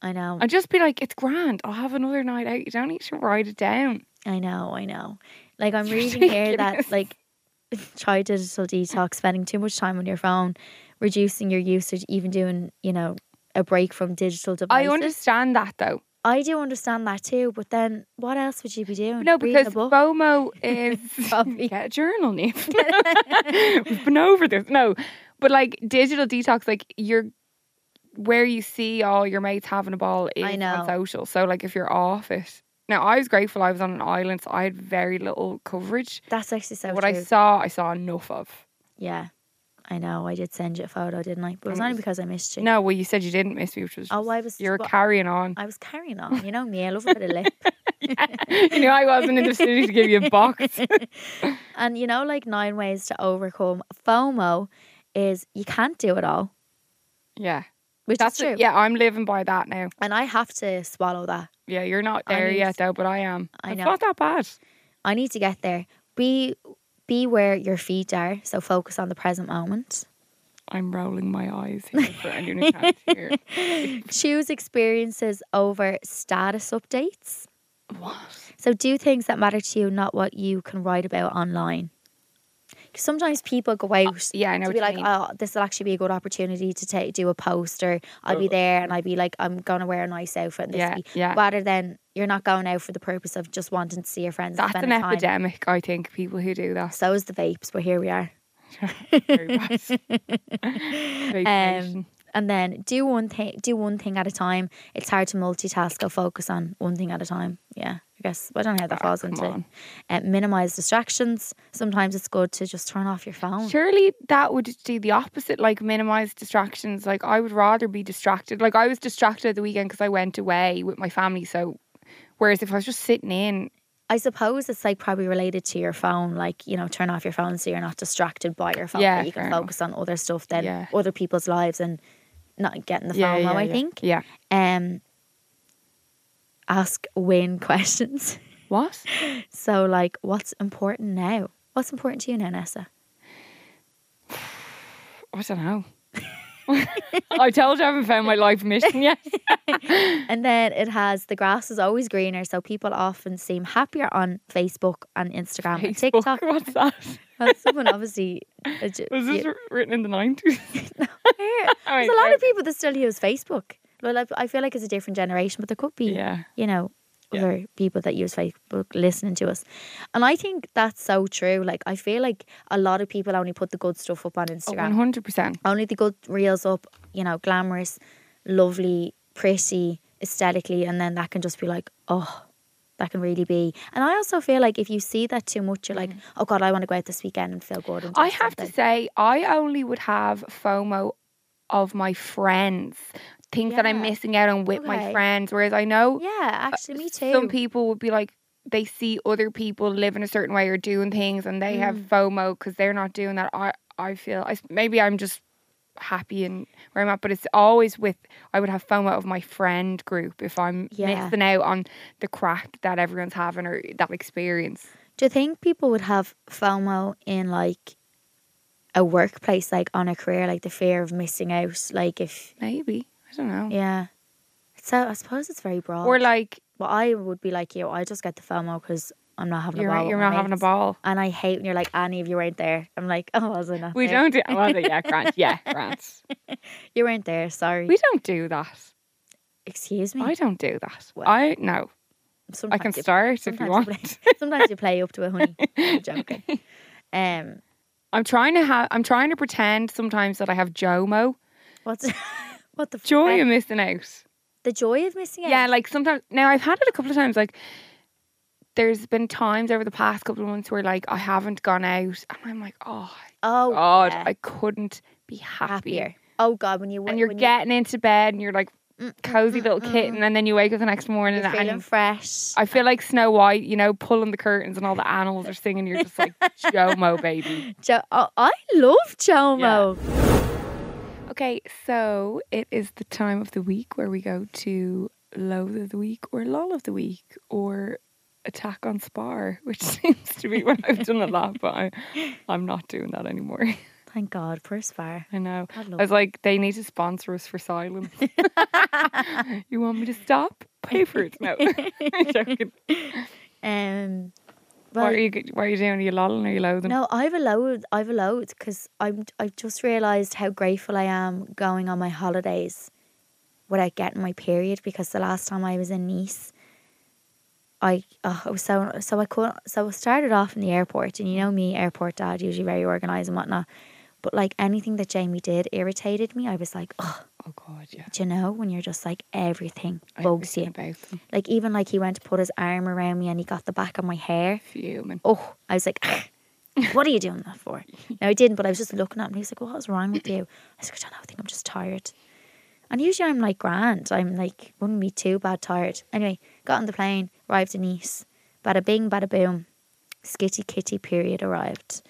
[SPEAKER 3] I know.
[SPEAKER 2] and just be like, it's grand. I'll have another night out. You don't need to write it down.
[SPEAKER 3] I know. I know. Like I'm
[SPEAKER 2] It's
[SPEAKER 3] reading here that
[SPEAKER 2] ridiculous.
[SPEAKER 3] like try digital detox, spending too much time on your phone, reducing your usage, even doing you know a break from digital
[SPEAKER 2] I
[SPEAKER 3] devices.
[SPEAKER 2] understand that though.
[SPEAKER 3] I do understand that too, but then what else would you be doing?
[SPEAKER 2] No,
[SPEAKER 3] Reading
[SPEAKER 2] because
[SPEAKER 3] a book?
[SPEAKER 2] FOMO is
[SPEAKER 3] Probably.
[SPEAKER 2] yeah, journal name. We've been over this. No, but like digital detox, like you're where you see all your mates having a ball is
[SPEAKER 3] I
[SPEAKER 2] on
[SPEAKER 3] know.
[SPEAKER 2] social. So like if you're off it. Now I was grateful I was on an island, so I had very little coverage.
[SPEAKER 3] that's actually so
[SPEAKER 2] what
[SPEAKER 3] true.
[SPEAKER 2] I saw, I saw enough of.
[SPEAKER 3] yeah, I know. I did send you a photo, didn't I? But it was
[SPEAKER 2] Mm.
[SPEAKER 3] only because I missed you.
[SPEAKER 2] No, well, you said you didn't miss me, which was
[SPEAKER 3] Oh, I
[SPEAKER 2] just-
[SPEAKER 3] was-
[SPEAKER 2] you were
[SPEAKER 3] well-
[SPEAKER 2] carrying on.
[SPEAKER 3] I was carrying on. You know me. I love a bit of lip.
[SPEAKER 2] you know, I wasn't in the city to give you a box.
[SPEAKER 3] And you know, like nine ways to overcome FOMO is you can't do it all,
[SPEAKER 2] Yeah,
[SPEAKER 3] which
[SPEAKER 2] that's
[SPEAKER 3] is true.
[SPEAKER 2] it. Yeah, I'm living by that now.
[SPEAKER 3] And I have to swallow that.
[SPEAKER 2] Yeah, you're not
[SPEAKER 3] I
[SPEAKER 2] there
[SPEAKER 3] need-
[SPEAKER 2] yet though, but I am.
[SPEAKER 3] I
[SPEAKER 2] it's
[SPEAKER 3] know.
[SPEAKER 2] not that bad.
[SPEAKER 3] I need to get there. Be be where your feet are. So focus on the present moment.
[SPEAKER 2] I'm rolling my eyes here for anyone who can't hear.
[SPEAKER 3] Choose experiences over status updates.
[SPEAKER 2] What?
[SPEAKER 3] So do things that matter to you, not what you can write about online. 'Cause sometimes people go out
[SPEAKER 2] Yeah, I
[SPEAKER 3] to
[SPEAKER 2] know. What
[SPEAKER 3] be
[SPEAKER 2] Ah,
[SPEAKER 3] like,
[SPEAKER 2] you mean.
[SPEAKER 3] oh, this will actually be a good opportunity to take do a post, or I'll be there and I'll be like, I'm gonna wear a nice outfit this
[SPEAKER 2] yeah,
[SPEAKER 3] week.
[SPEAKER 2] yeah.
[SPEAKER 3] Rather than you're not going out for the purpose of just wanting to see your friends. and
[SPEAKER 2] That's
[SPEAKER 3] spend
[SPEAKER 2] an
[SPEAKER 3] the time.
[SPEAKER 2] epidemic, I think. People who do that.
[SPEAKER 3] So is the vapes, but here we are.
[SPEAKER 2] Very bad.
[SPEAKER 3] Um,
[SPEAKER 2] Vacation.
[SPEAKER 3] And then do one thing, do one thing at a time. It's hard to multitask or focus on one thing at a time. Yeah, I guess I don't know how that
[SPEAKER 2] Ah,
[SPEAKER 3] falls
[SPEAKER 2] come
[SPEAKER 3] into.
[SPEAKER 2] on.
[SPEAKER 3] Uh, minimize distractions. Sometimes it's good to just turn off your phone.
[SPEAKER 2] Surely that would do the opposite, like minimize distractions. Like I would rather be distracted. Like I was distracted the weekend because I went away with my family. So, whereas if I was just sitting in,
[SPEAKER 3] I suppose it's like probably related to your phone, like you know, turn off your phone so you're not distracted by your phone.
[SPEAKER 2] Yeah,
[SPEAKER 3] that you
[SPEAKER 2] fair
[SPEAKER 3] can
[SPEAKER 2] enough.
[SPEAKER 3] focus on other stuff than
[SPEAKER 2] Yeah.
[SPEAKER 3] other people's lives and not getting the phone.
[SPEAKER 2] yeah, yeah,
[SPEAKER 3] I
[SPEAKER 2] yeah.
[SPEAKER 3] think.
[SPEAKER 2] Yeah.
[SPEAKER 3] Um, ask win questions.
[SPEAKER 2] What?
[SPEAKER 3] so like, what's important now? What's important to you now, Nessa?
[SPEAKER 2] I don't know. I told you I haven't found my life mission yet.
[SPEAKER 3] And then it has the grass is always greener, so people often seem happier on Facebook and Instagram and
[SPEAKER 2] Facebook,
[SPEAKER 3] TikTok.
[SPEAKER 2] What's that?
[SPEAKER 3] Well, someone obviously. uh, ju-
[SPEAKER 2] Was this
[SPEAKER 3] yeah.
[SPEAKER 2] written in the nineties?
[SPEAKER 3] There- There's a lot of people that still use Facebook. Well, I, I feel like it's a different generation, but there could be,
[SPEAKER 2] Yeah.
[SPEAKER 3] you know,
[SPEAKER 2] Yeah.
[SPEAKER 3] other people that use Facebook listening to us. And I think that's so true. Like, I feel like a lot of people only put the good stuff up on
[SPEAKER 2] One
[SPEAKER 3] Instagram,
[SPEAKER 2] hundred percent.
[SPEAKER 3] only the good reels up, you know, glamorous, lovely, pretty, aesthetically. And then that can just be like, oh, that can really be. And I also feel like if you see that too much, you're like, oh God, I want to go out this weekend and feel good. And do
[SPEAKER 2] Mm. I have to
[SPEAKER 3] something."
[SPEAKER 2] say, I only would have FOMO of my friends, things that I'm
[SPEAKER 3] Yeah.
[SPEAKER 2] missing out on with my
[SPEAKER 3] Okay.
[SPEAKER 2] friends. Whereas I know
[SPEAKER 3] Yeah, actually, me too.
[SPEAKER 2] uh, some people would be like, they see other people living a certain way or doing things, and they have
[SPEAKER 3] Mm.
[SPEAKER 2] FOMO because they're not doing that. I I feel I s maybe I'm just happy in where I'm at, but it's always with I would have FOMO of my friend group if I'm
[SPEAKER 3] Yeah.
[SPEAKER 2] missing out on the crap that everyone's having or that experience.
[SPEAKER 3] Do you think people would have FOMO in like a workplace, like on a career, like the fear of missing out? Like if
[SPEAKER 2] Maybe I don't know.
[SPEAKER 3] yeah, so I suppose it's very broad.
[SPEAKER 2] Mm. Or like
[SPEAKER 3] but I would be like you. I just get the FOMO because I'm not having
[SPEAKER 2] you're
[SPEAKER 3] a ball.
[SPEAKER 2] not,
[SPEAKER 3] with
[SPEAKER 2] you're
[SPEAKER 3] my
[SPEAKER 2] not having a
[SPEAKER 3] mates.
[SPEAKER 2] ball.
[SPEAKER 3] And I hate when you're like Annie, if you weren't there. I'm like, oh, was I not?
[SPEAKER 2] We
[SPEAKER 3] there?
[SPEAKER 2] don't do well, yeah, Grant. Yeah, Grant.
[SPEAKER 3] You weren't there. Sorry.
[SPEAKER 2] We don't do that.
[SPEAKER 3] Excuse me.
[SPEAKER 2] I don't do that.
[SPEAKER 3] Well,
[SPEAKER 2] I no. I
[SPEAKER 3] Sometimes
[SPEAKER 2] can
[SPEAKER 3] you-
[SPEAKER 2] start if you
[SPEAKER 3] sometimes
[SPEAKER 2] want.
[SPEAKER 3] Play, sometimes you play up to it, honey. I'm joking. Um,
[SPEAKER 2] I'm trying to have. I'm trying to pretend sometimes that I have JOMO,
[SPEAKER 3] what's what the
[SPEAKER 2] joy
[SPEAKER 3] frick?
[SPEAKER 2] of missing out.
[SPEAKER 3] the joy of missing out.
[SPEAKER 2] Yeah, like sometimes now I've had it a couple of times. Like there's been times over the past couple of months where like I haven't gone out, and I'm like, oh
[SPEAKER 3] oh
[SPEAKER 2] God,
[SPEAKER 3] yeah.
[SPEAKER 2] I couldn't be happier.
[SPEAKER 3] happier. Oh God, when you
[SPEAKER 2] And you're
[SPEAKER 3] when
[SPEAKER 2] getting into bed and you're like
[SPEAKER 3] Mm, mm,
[SPEAKER 2] cozy
[SPEAKER 3] mm,
[SPEAKER 2] little
[SPEAKER 3] mm.
[SPEAKER 2] kitten, and then you wake up the next morning
[SPEAKER 3] you're feeling
[SPEAKER 2] and
[SPEAKER 3] fresh.
[SPEAKER 2] I feel like Snow White, you know, pulling the curtains and all the animals are singing. You're just like JOMO, baby.
[SPEAKER 3] Jo- oh, I love Jomo.
[SPEAKER 2] Okay, so it is the time of the week where we go to loathe of the week or lol of the week or attack on spar, which seems to be what I've done a lot, but I, I'm not doing that anymore.
[SPEAKER 3] Thank God for Spar.
[SPEAKER 2] I know.
[SPEAKER 3] I
[SPEAKER 2] I
[SPEAKER 3] love
[SPEAKER 2] was like, they need to sponsor us for silence. you want me to stop? Pay for it. No, I'm joking.
[SPEAKER 3] Um,
[SPEAKER 2] what,
[SPEAKER 3] well,
[SPEAKER 2] are you, g- what are you doing? Are you lolling or are you loathing?
[SPEAKER 3] no, I've allowed. I've allowed because I'm. I've just realised how grateful I am going on my holidays without getting my period because the last time I was in Nice, I oh, I was so so I could so I started off in the airport, and you know me, airport dad usually very organised and whatnot. But like anything that Jamie did irritated me. I was like, oh,
[SPEAKER 2] Oh God, yeah.
[SPEAKER 3] do you know when you're just like everything
[SPEAKER 2] I
[SPEAKER 3] bugs
[SPEAKER 2] read
[SPEAKER 3] you.
[SPEAKER 2] About them.
[SPEAKER 3] Like even like he went to put his arm around me and he got the back of my hair.
[SPEAKER 2] Fuming.
[SPEAKER 3] Oh, I was like, "Ah, what are you doing that for? No, I didn't, but I was just looking at him. He was like, what is wrong with you? I was like, I don't know. I think I'm just tired. And usually I'm like grand. I'm like wouldn't be too bad tired. Anyway, got on the plane, arrived in Nice. Bada bing, bada boom. Skitty kitty period arrived.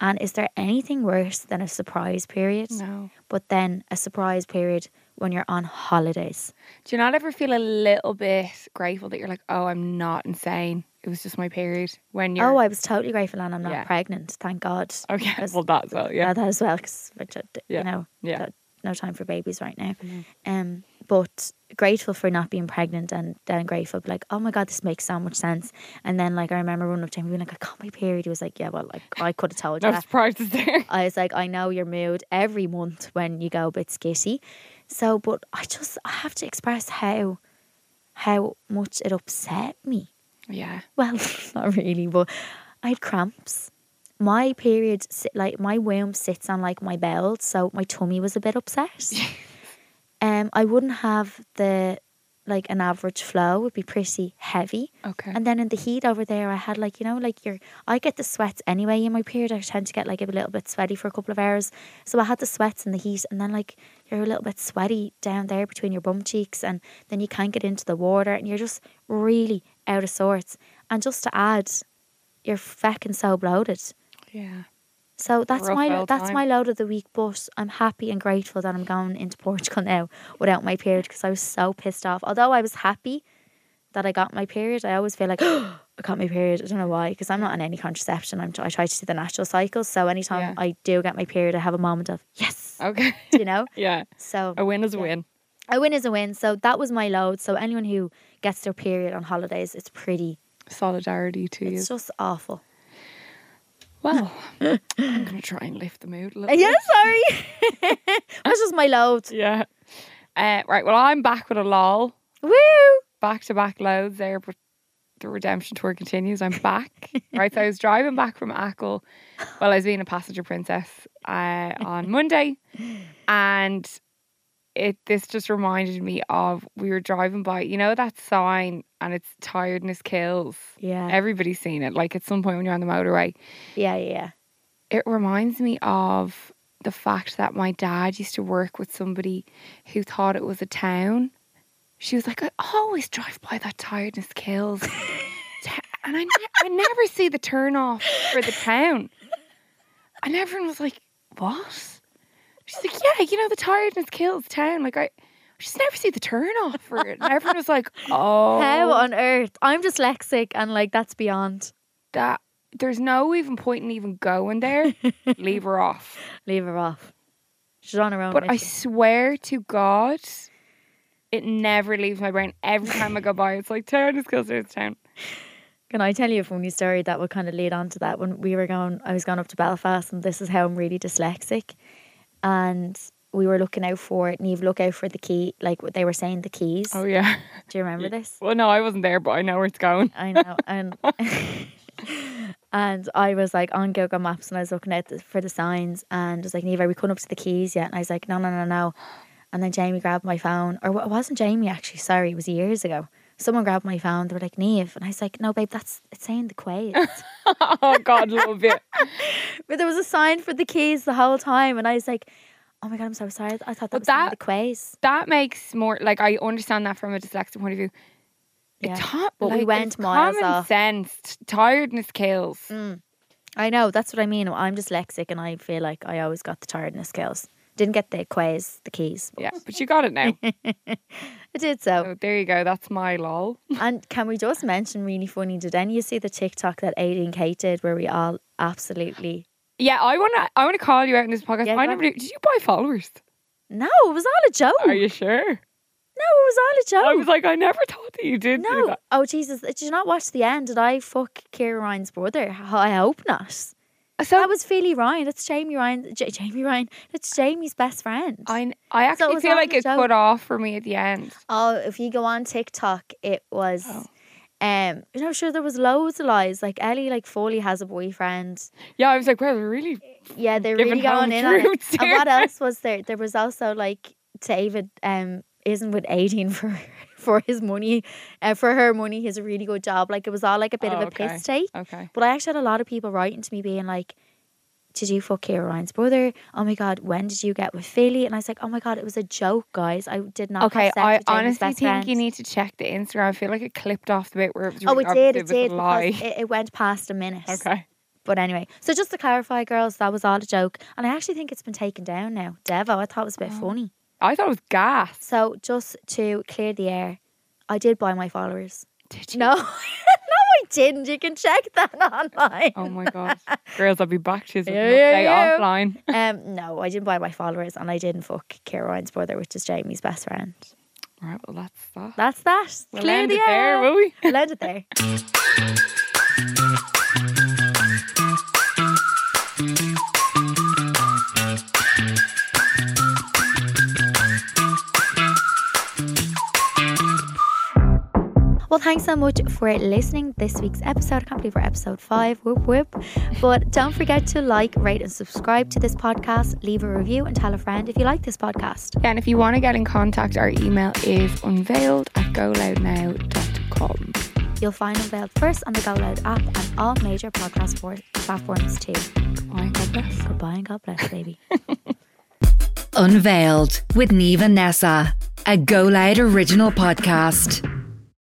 [SPEAKER 3] And is there anything worse than a surprise period?
[SPEAKER 2] No.
[SPEAKER 3] But then a surprise period when you're on holidays.
[SPEAKER 2] Do you not ever feel a little bit grateful that you're like, oh, I'm not insane? It was just my period when you're.
[SPEAKER 3] Oh, I was totally grateful, and I'm not
[SPEAKER 2] Yeah.
[SPEAKER 3] pregnant. Thank God.
[SPEAKER 2] Okay,
[SPEAKER 3] Because-
[SPEAKER 2] well, that's well, yeah.
[SPEAKER 3] Yeah, that as well, because
[SPEAKER 2] Yeah,
[SPEAKER 3] you know,
[SPEAKER 2] yeah. Mm-hmm.
[SPEAKER 3] got no time for babies right now. Um, but grateful for not being pregnant, and then grateful, be like, oh my God, this makes so much sense. And then, like, I remember running up to him, being like, I got my period. He was like, yeah, well, like, I could have told you.
[SPEAKER 2] No
[SPEAKER 3] that.
[SPEAKER 2] surprises there.
[SPEAKER 3] I was like, I know your mood every month when you go a bit skitty. So, but I just I have to express how how much it upset me.
[SPEAKER 2] Yeah.
[SPEAKER 3] Well, not really, but I had cramps. My period, si- like my womb sits on like my belt, so my tummy was a bit upset. um, I wouldn't have the like an average flow; it'd be pretty heavy.
[SPEAKER 2] Okay.
[SPEAKER 3] And then in the heat over there, I had like you know like your I get the sweats anyway in my period. I tend to get like a little bit sweaty for a couple of hours, so I had the sweats and the heat, and then like you're a little bit sweaty down there between your bum cheeks, and then you can't get into the water, and you're just really out of sorts. And just to add, you're feckin' so bloated.
[SPEAKER 2] yeah.
[SPEAKER 3] So that's
[SPEAKER 2] rough
[SPEAKER 3] my
[SPEAKER 2] old
[SPEAKER 3] that's
[SPEAKER 2] time.
[SPEAKER 3] my load of the week. But I'm happy and grateful that I'm going into Portugal now without my period because I was so pissed off. Although I was happy that I got my period, I always feel like I got my period. I don't know why because I'm not on any contraception. I'm I try to do the natural cycle. So anytime
[SPEAKER 2] Yeah.
[SPEAKER 3] I do get my period, I have a moment of yes,
[SPEAKER 2] Okay.
[SPEAKER 3] you know.
[SPEAKER 2] yeah.
[SPEAKER 3] So
[SPEAKER 2] A win is a
[SPEAKER 3] yeah.
[SPEAKER 2] win.
[SPEAKER 3] a win is a win. So that was my load. So anyone who gets their period on holidays, it's pretty.
[SPEAKER 2] Solidarity to you.
[SPEAKER 3] It's just awful.
[SPEAKER 2] well, I'm going to try and lift the mood a little
[SPEAKER 3] Yeah, sorry. That's just my load.
[SPEAKER 2] bit. Yeah. Uh, right. Well, I'm back with a lol.
[SPEAKER 3] Woo!
[SPEAKER 2] back to back loads there, but the redemption tour continues. I'm back. right. So I was driving back from Ackle. Well, I was being a passenger princess uh, on Monday. And it this just reminded me of we were driving by, you know, that sign and it's tiredness kills.
[SPEAKER 3] Yeah.
[SPEAKER 2] Everybody's seen it. Like at some point when you're on the motorway.
[SPEAKER 3] Yeah, yeah, yeah.
[SPEAKER 2] It reminds me of the fact that my dad used to work with somebody who thought it was a town. She was like, I always drive by that tiredness kills. Ta- and I, ne- I never see the turn off for the town. And everyone was like, What? She's like, Yeah, you know, the tiredness kills town. Like, I, I just never see the turn off for it. And everyone was like, Oh,
[SPEAKER 3] How on earth? I'm dyslexic and like that's beyond.
[SPEAKER 2] that there's no even point in even going there. Leave her off.
[SPEAKER 3] Leave her off. She's on her own.
[SPEAKER 2] But I
[SPEAKER 3] mission.
[SPEAKER 2] swear to God, it never leaves my brain. Every time I go by, it's like town is closer to town.
[SPEAKER 3] Can I tell you a funny story that will kind of lead on to that? When we were going, I was going up to Belfast, and this is how I'm really dyslexic. And we were looking out for it, and you look out for the key, like what they were saying, the keys.
[SPEAKER 2] Oh yeah.
[SPEAKER 3] Do you remember this?
[SPEAKER 2] Well, no, I wasn't there, but I know where it's going.
[SPEAKER 3] I know. And and I was like on Google Maps and I was looking at the, for the signs and I was like, Neva, are we coming up to the keys yet? And I was like, no, no, no, no. And then Jamie grabbed my phone, or wa- it wasn't Jamie actually. Sorry, it was years ago. Someone grabbed my phone. They were like, Neve, and I was like, no, babe, that's it's saying the quays.
[SPEAKER 2] oh God, love it.
[SPEAKER 3] but there was a sign for the keys the whole time, and I was like, oh my god, I'm so sorry. I thought that
[SPEAKER 2] But
[SPEAKER 3] was saying
[SPEAKER 2] that-
[SPEAKER 3] the quays.
[SPEAKER 2] That makes more like I understand that from a dyslexic point of view.
[SPEAKER 3] Yeah.
[SPEAKER 2] It's hot,
[SPEAKER 3] But we
[SPEAKER 2] like,
[SPEAKER 3] went
[SPEAKER 2] it's
[SPEAKER 3] miles
[SPEAKER 2] common
[SPEAKER 3] off. Mm.
[SPEAKER 2] sense. T- Tiredness kills.
[SPEAKER 3] I know that's what I mean. I'm dyslexic, and I feel like I always got the tiredness skills. Didn't get the quays, the keys.
[SPEAKER 2] Yeah, but you got it now.
[SPEAKER 3] I did so.
[SPEAKER 2] so there you go. That's my lol.
[SPEAKER 3] And can we just mention really funny? Did any of you see the TikTok that Aidy and Kate did where we all absolutely
[SPEAKER 2] Yeah, I wanna I wanna call you out in this podcast.
[SPEAKER 3] Yeah,
[SPEAKER 2] I
[SPEAKER 3] go
[SPEAKER 2] never did. Did you buy followers?
[SPEAKER 3] No, it was all a joke.
[SPEAKER 2] Are you
[SPEAKER 3] No,
[SPEAKER 2] sure?
[SPEAKER 3] it was all
[SPEAKER 2] I
[SPEAKER 3] a
[SPEAKER 2] was
[SPEAKER 3] joke.
[SPEAKER 2] like, I never thought that you did do
[SPEAKER 3] No.
[SPEAKER 2] that.
[SPEAKER 3] Oh Jesus, did you not watch the end? Did I fuck Kieran Ryan's brother? I hope not.
[SPEAKER 2] So
[SPEAKER 3] that was Feely Ryan. That's Jamie Ryan. J- Jamie Ryan. That's Jamie's best friend.
[SPEAKER 2] I, I actually
[SPEAKER 3] was
[SPEAKER 2] feel
[SPEAKER 3] on
[SPEAKER 2] like
[SPEAKER 3] the
[SPEAKER 2] it
[SPEAKER 3] show.
[SPEAKER 2] cut off for me at the end.
[SPEAKER 3] Oh, if you go on TikTok, it was.
[SPEAKER 2] Oh.
[SPEAKER 3] Um, you know, sure there was loads of lies. Like Ellie, like Foley has a boyfriend.
[SPEAKER 2] Yeah, I was like, well, really?
[SPEAKER 3] Yeah, they're
[SPEAKER 2] Giving
[SPEAKER 3] really going
[SPEAKER 2] home
[SPEAKER 3] in on it.
[SPEAKER 2] truths
[SPEAKER 3] And what
[SPEAKER 2] here.
[SPEAKER 3] else was there? There was also like David. Um, isn't with eighteen for for his money, uh, for her money. His really good job. Like it was all like a bit
[SPEAKER 2] Oh,
[SPEAKER 3] of a
[SPEAKER 2] okay.
[SPEAKER 3] piss take.
[SPEAKER 2] Okay.
[SPEAKER 3] But I actually had a lot of people writing to me being like, Did you fuck Kira Ryan's brother? Oh my god, when did you get with Philly? And I was like, Oh my god, it was a joke, guys. I did not.
[SPEAKER 2] Okay,
[SPEAKER 3] have sex
[SPEAKER 2] I
[SPEAKER 3] with Jamie's
[SPEAKER 2] honestly
[SPEAKER 3] best
[SPEAKER 2] think
[SPEAKER 3] friend."
[SPEAKER 2] you need to check the Instagram. I feel like it clipped off the bit where it was
[SPEAKER 3] Oh,
[SPEAKER 2] really
[SPEAKER 3] it did. It
[SPEAKER 2] obvious
[SPEAKER 3] did.
[SPEAKER 2] was a
[SPEAKER 3] because
[SPEAKER 2] lie.
[SPEAKER 3] It, it went past a minute.
[SPEAKER 2] Okay.
[SPEAKER 3] But anyway, so just to clarify, girls, that was all a joke. And I actually think it's been taken down now. Devo, I thought it was a
[SPEAKER 2] Oh.
[SPEAKER 3] bit funny.
[SPEAKER 2] I thought it was gas.
[SPEAKER 3] So just to clear the air, I did buy my followers.
[SPEAKER 2] Did you?
[SPEAKER 3] No, no, I didn't. You can check that online.
[SPEAKER 2] Oh my god, girls! I'll be back to you
[SPEAKER 3] Yeah, yeah, yeah.
[SPEAKER 2] offline.
[SPEAKER 3] Um, no, I didn't buy my followers, and I didn't fuck Kira Ryan's brother, which is Jamie's best friend.
[SPEAKER 2] Right, well that's that.
[SPEAKER 3] That's that.
[SPEAKER 2] We'll
[SPEAKER 3] Clear
[SPEAKER 2] end
[SPEAKER 3] the
[SPEAKER 2] it there,
[SPEAKER 3] air.
[SPEAKER 2] will we?
[SPEAKER 3] We'll end it there. Well, thanks so much for listening this week's episode. I can't believe we're episode five. Whoop whoop. But don't forget to like, rate, and subscribe to this podcast. Leave a review and tell a friend if you like this podcast.
[SPEAKER 2] Yeah, and if you want to get in contact, our email is unveiled at goloudnow.com.
[SPEAKER 3] You'll find Unveiled first on the Go Loud app and all major podcast for- platforms too.
[SPEAKER 2] Bye, God bless.
[SPEAKER 3] Goodbye and God bless, baby.
[SPEAKER 1] Unveiled with Neve and Nessa, a Go Loud original podcast.